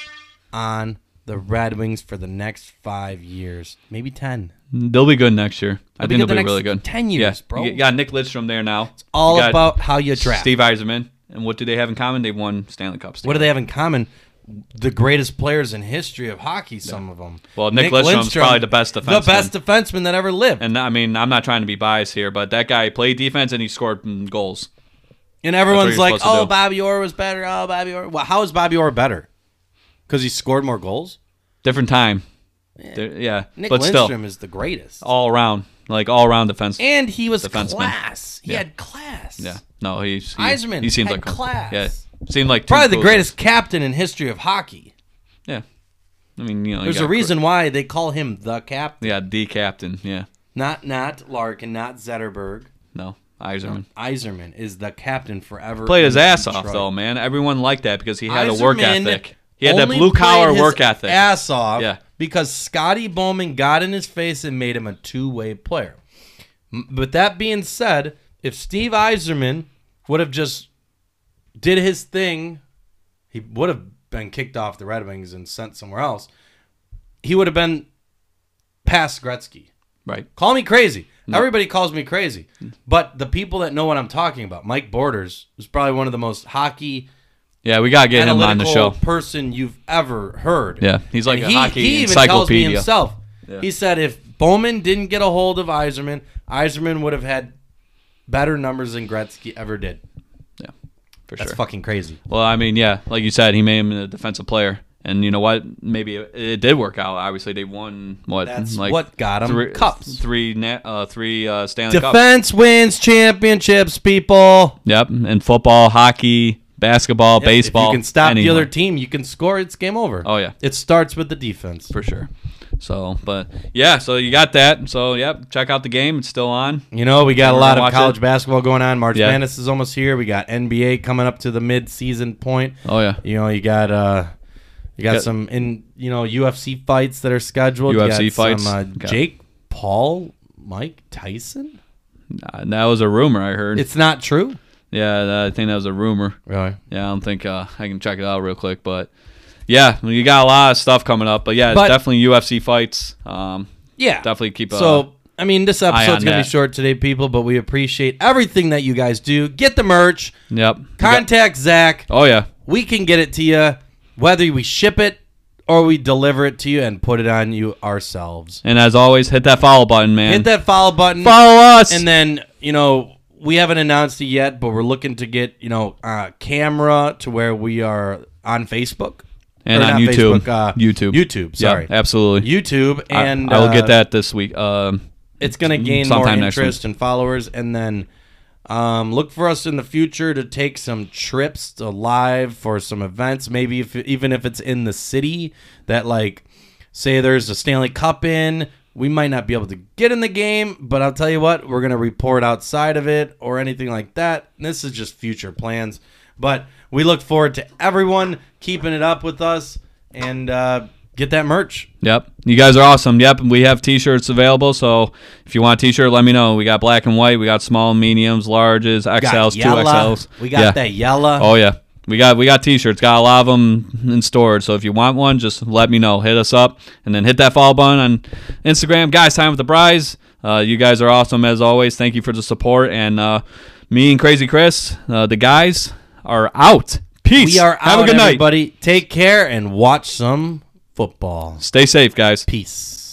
Speaker 1: on the Red Wings for the next five years, maybe ten.
Speaker 2: They'll be good next year. I
Speaker 1: They'll be
Speaker 2: think
Speaker 1: good the
Speaker 2: they'll be
Speaker 1: next
Speaker 2: really good.
Speaker 1: 10 years,
Speaker 2: yeah.
Speaker 1: bro.
Speaker 2: You got Nick Lidstrom there now. It's
Speaker 1: All about how you draft.
Speaker 2: Steve Eiserman. And what do they have in common? They won Stanley Cups.
Speaker 1: what do they have in common? The greatest players in history of hockey. Some of them.
Speaker 2: Well, Nick Lidstrom's probably the best
Speaker 1: The
Speaker 2: defenseman.
Speaker 1: best defenseman that ever lived, and,
Speaker 2: And I mean, I'm not trying to be biased here, but that guy played defense and he scored mm, goals.
Speaker 1: everyone's
Speaker 2: That's what you're
Speaker 1: like,
Speaker 2: supposed to
Speaker 1: "Oh,
Speaker 2: do."
Speaker 1: Bobby Orr was better." Oh, Bobby Orr. Well, how is Bobby Orr better? Because he scored more goals.
Speaker 2: Different time. They're- Yeah.
Speaker 1: Nick
Speaker 2: but
Speaker 1: Lindstrom
Speaker 2: still,
Speaker 1: is the greatest,
Speaker 2: all around. Like, all around defense.
Speaker 1: and he was
Speaker 2: Defenseman.
Speaker 1: class. He
Speaker 2: Yeah.
Speaker 1: had class.
Speaker 2: Yeah. No, he's he,
Speaker 1: Eiserman
Speaker 2: He seems
Speaker 1: had
Speaker 2: like
Speaker 1: class.
Speaker 2: Yeah. Seemed like two
Speaker 1: probably the
Speaker 2: cool
Speaker 1: greatest captain in history of hockey.
Speaker 2: guys. Yeah. I mean, you know, you
Speaker 1: There's a
Speaker 2: got-
Speaker 1: reason why they call him the captain.
Speaker 2: Yeah, the captain. Yeah.
Speaker 1: Not not Larkin, not Zetterberg.
Speaker 2: No, Eiserman
Speaker 1: Iserman is the captain forever.
Speaker 2: played his
Speaker 1: in
Speaker 2: ass off
Speaker 1: Detroit.
Speaker 2: though, man. Everyone liked that because he had a work
Speaker 1: Iserman
Speaker 2: ethic. He had that
Speaker 1: only
Speaker 2: blue collar
Speaker 1: played his
Speaker 2: work ethic.
Speaker 1: Ass off.
Speaker 2: Yeah.
Speaker 1: Because Scotty Bowman got in his face and made him a two way player. M- But that being said, if Steve Eiserman would have just did his thing, he would have been kicked off the Red Wings and sent somewhere else. He would have been past Gretzky.
Speaker 2: Right.
Speaker 1: Call me crazy.
Speaker 2: Mm.
Speaker 1: Everybody calls me crazy. But the people that know what I'm talking about, Mike Borders is probably one of the most hockey
Speaker 2: Yeah, we gotta get him on the
Speaker 1: analytical
Speaker 2: show.
Speaker 1: person you've ever heard.
Speaker 2: Yeah, he's like
Speaker 1: And
Speaker 2: a
Speaker 1: he,
Speaker 2: hockey
Speaker 1: he even tells me
Speaker 2: encyclopedia.
Speaker 1: himself.
Speaker 2: Yeah.
Speaker 1: He said if Bowman didn't get a hold of Eiserman, Eiserman would have had better numbers than Gretzky ever did.
Speaker 2: yeah, for
Speaker 1: That's
Speaker 2: sure.
Speaker 1: fucking crazy.
Speaker 2: well, I mean, yeah, like you said, he made him a defensive player, and you know what? Maybe it, it did work out. Obviously, they won what?
Speaker 1: That's
Speaker 2: like
Speaker 1: what got him
Speaker 2: three,
Speaker 1: cups.
Speaker 2: Three, na- uh, three uh, Stanley Cups.
Speaker 1: Defense wins championships, people.
Speaker 2: Yep, and football, hockey, basketball, baseball.
Speaker 1: If you can stop the
Speaker 2: anyone.
Speaker 1: other team, you can score. It's game over.
Speaker 2: Oh, yeah.
Speaker 1: It starts with the defense.
Speaker 2: for sure. So, but yeah, so you got that. So, yep, check out the game. It's still on.
Speaker 1: You know, we got a
Speaker 2: We're
Speaker 1: lot
Speaker 2: gonna
Speaker 1: of
Speaker 2: watch
Speaker 1: college
Speaker 2: it.
Speaker 1: basketball going on. March
Speaker 2: Yeah.
Speaker 1: Madness is almost here. We got NBA coming up to the mid-season point.
Speaker 2: Oh yeah,
Speaker 1: You know, you got uh you got,
Speaker 2: Got-
Speaker 1: some in you know UFC fights that are scheduled. You
Speaker 2: UFC
Speaker 1: got
Speaker 2: fights.
Speaker 1: Some, uh,
Speaker 2: Got-
Speaker 1: Jake Paul, Mike Tyson.
Speaker 2: Uh, that was a rumor I heard.
Speaker 1: It's not true.
Speaker 2: yeah, that- I think that was a rumor.
Speaker 1: Really?
Speaker 2: Yeah, I don't think uh, I can check it out real quick, but yeah, well, you got a lot of stuff coming up. But yeah, it's
Speaker 1: But-
Speaker 2: definitely UFC fights. Um,
Speaker 1: Yeah.
Speaker 2: definitely keep uh,
Speaker 1: So I mean, this episode's
Speaker 2: on
Speaker 1: gonna
Speaker 2: that.
Speaker 1: be short today, people. But we appreciate everything that you guys do. Get the merch.
Speaker 2: Yep. You got-
Speaker 1: Contact Zach.
Speaker 2: oh yeah,
Speaker 1: We can get it to you, whether we ship it or we deliver it to you and put it on you ourselves.
Speaker 2: and as always, hit that follow button, man.
Speaker 1: Hit that follow button.
Speaker 2: follow us.
Speaker 1: And then, you know, we haven't announced it yet, but we're looking to get, you know, uh, camera to where we are on Facebook
Speaker 2: And
Speaker 1: Or
Speaker 2: on
Speaker 1: not
Speaker 2: YouTube.
Speaker 1: Facebook, uh,
Speaker 2: YouTube.
Speaker 1: YouTube.
Speaker 2: Yeah,
Speaker 1: Sorry,
Speaker 2: absolutely.
Speaker 1: YouTube, and
Speaker 2: I, I will
Speaker 1: uh,
Speaker 2: get that this week. Um,
Speaker 1: It's going to gain more
Speaker 2: sometime next
Speaker 1: interest and followers, and then. Um, look for us in the future to take some trips to live for some events. Maybe if even if it's in the city that like, say there's a Stanley Cup in, we might not be able to get in the game. But I'll tell you what, we're gonna report outside of it or anything like that. This is just future plans, but we look forward to everyone keeping it up with us and uh, get that merch.
Speaker 2: Yep. You guys are awesome. Yep. We have t shirts available. So if you want a t shirt, let me know. We got black and white. We got small, mediums, larges, XLs, two
Speaker 1: Yella.
Speaker 2: XLs.
Speaker 1: We got
Speaker 2: Yeah.
Speaker 1: that yellow.
Speaker 2: Oh, yeah. We got we got t-shirts, got a lot of them in storage. So if you want one, just let me know. Hit us up, and then hit that follow button on Instagram, guys. Time with the prize. Uh, you guys are awesome as always. Thank you for the support, and uh, Me and Crazy Chris, uh, the guys are out. Peace.
Speaker 1: We are
Speaker 2: Have
Speaker 1: out,
Speaker 2: a good night.
Speaker 1: everybody. Take care and watch some football.
Speaker 2: Stay safe, guys.
Speaker 1: Peace.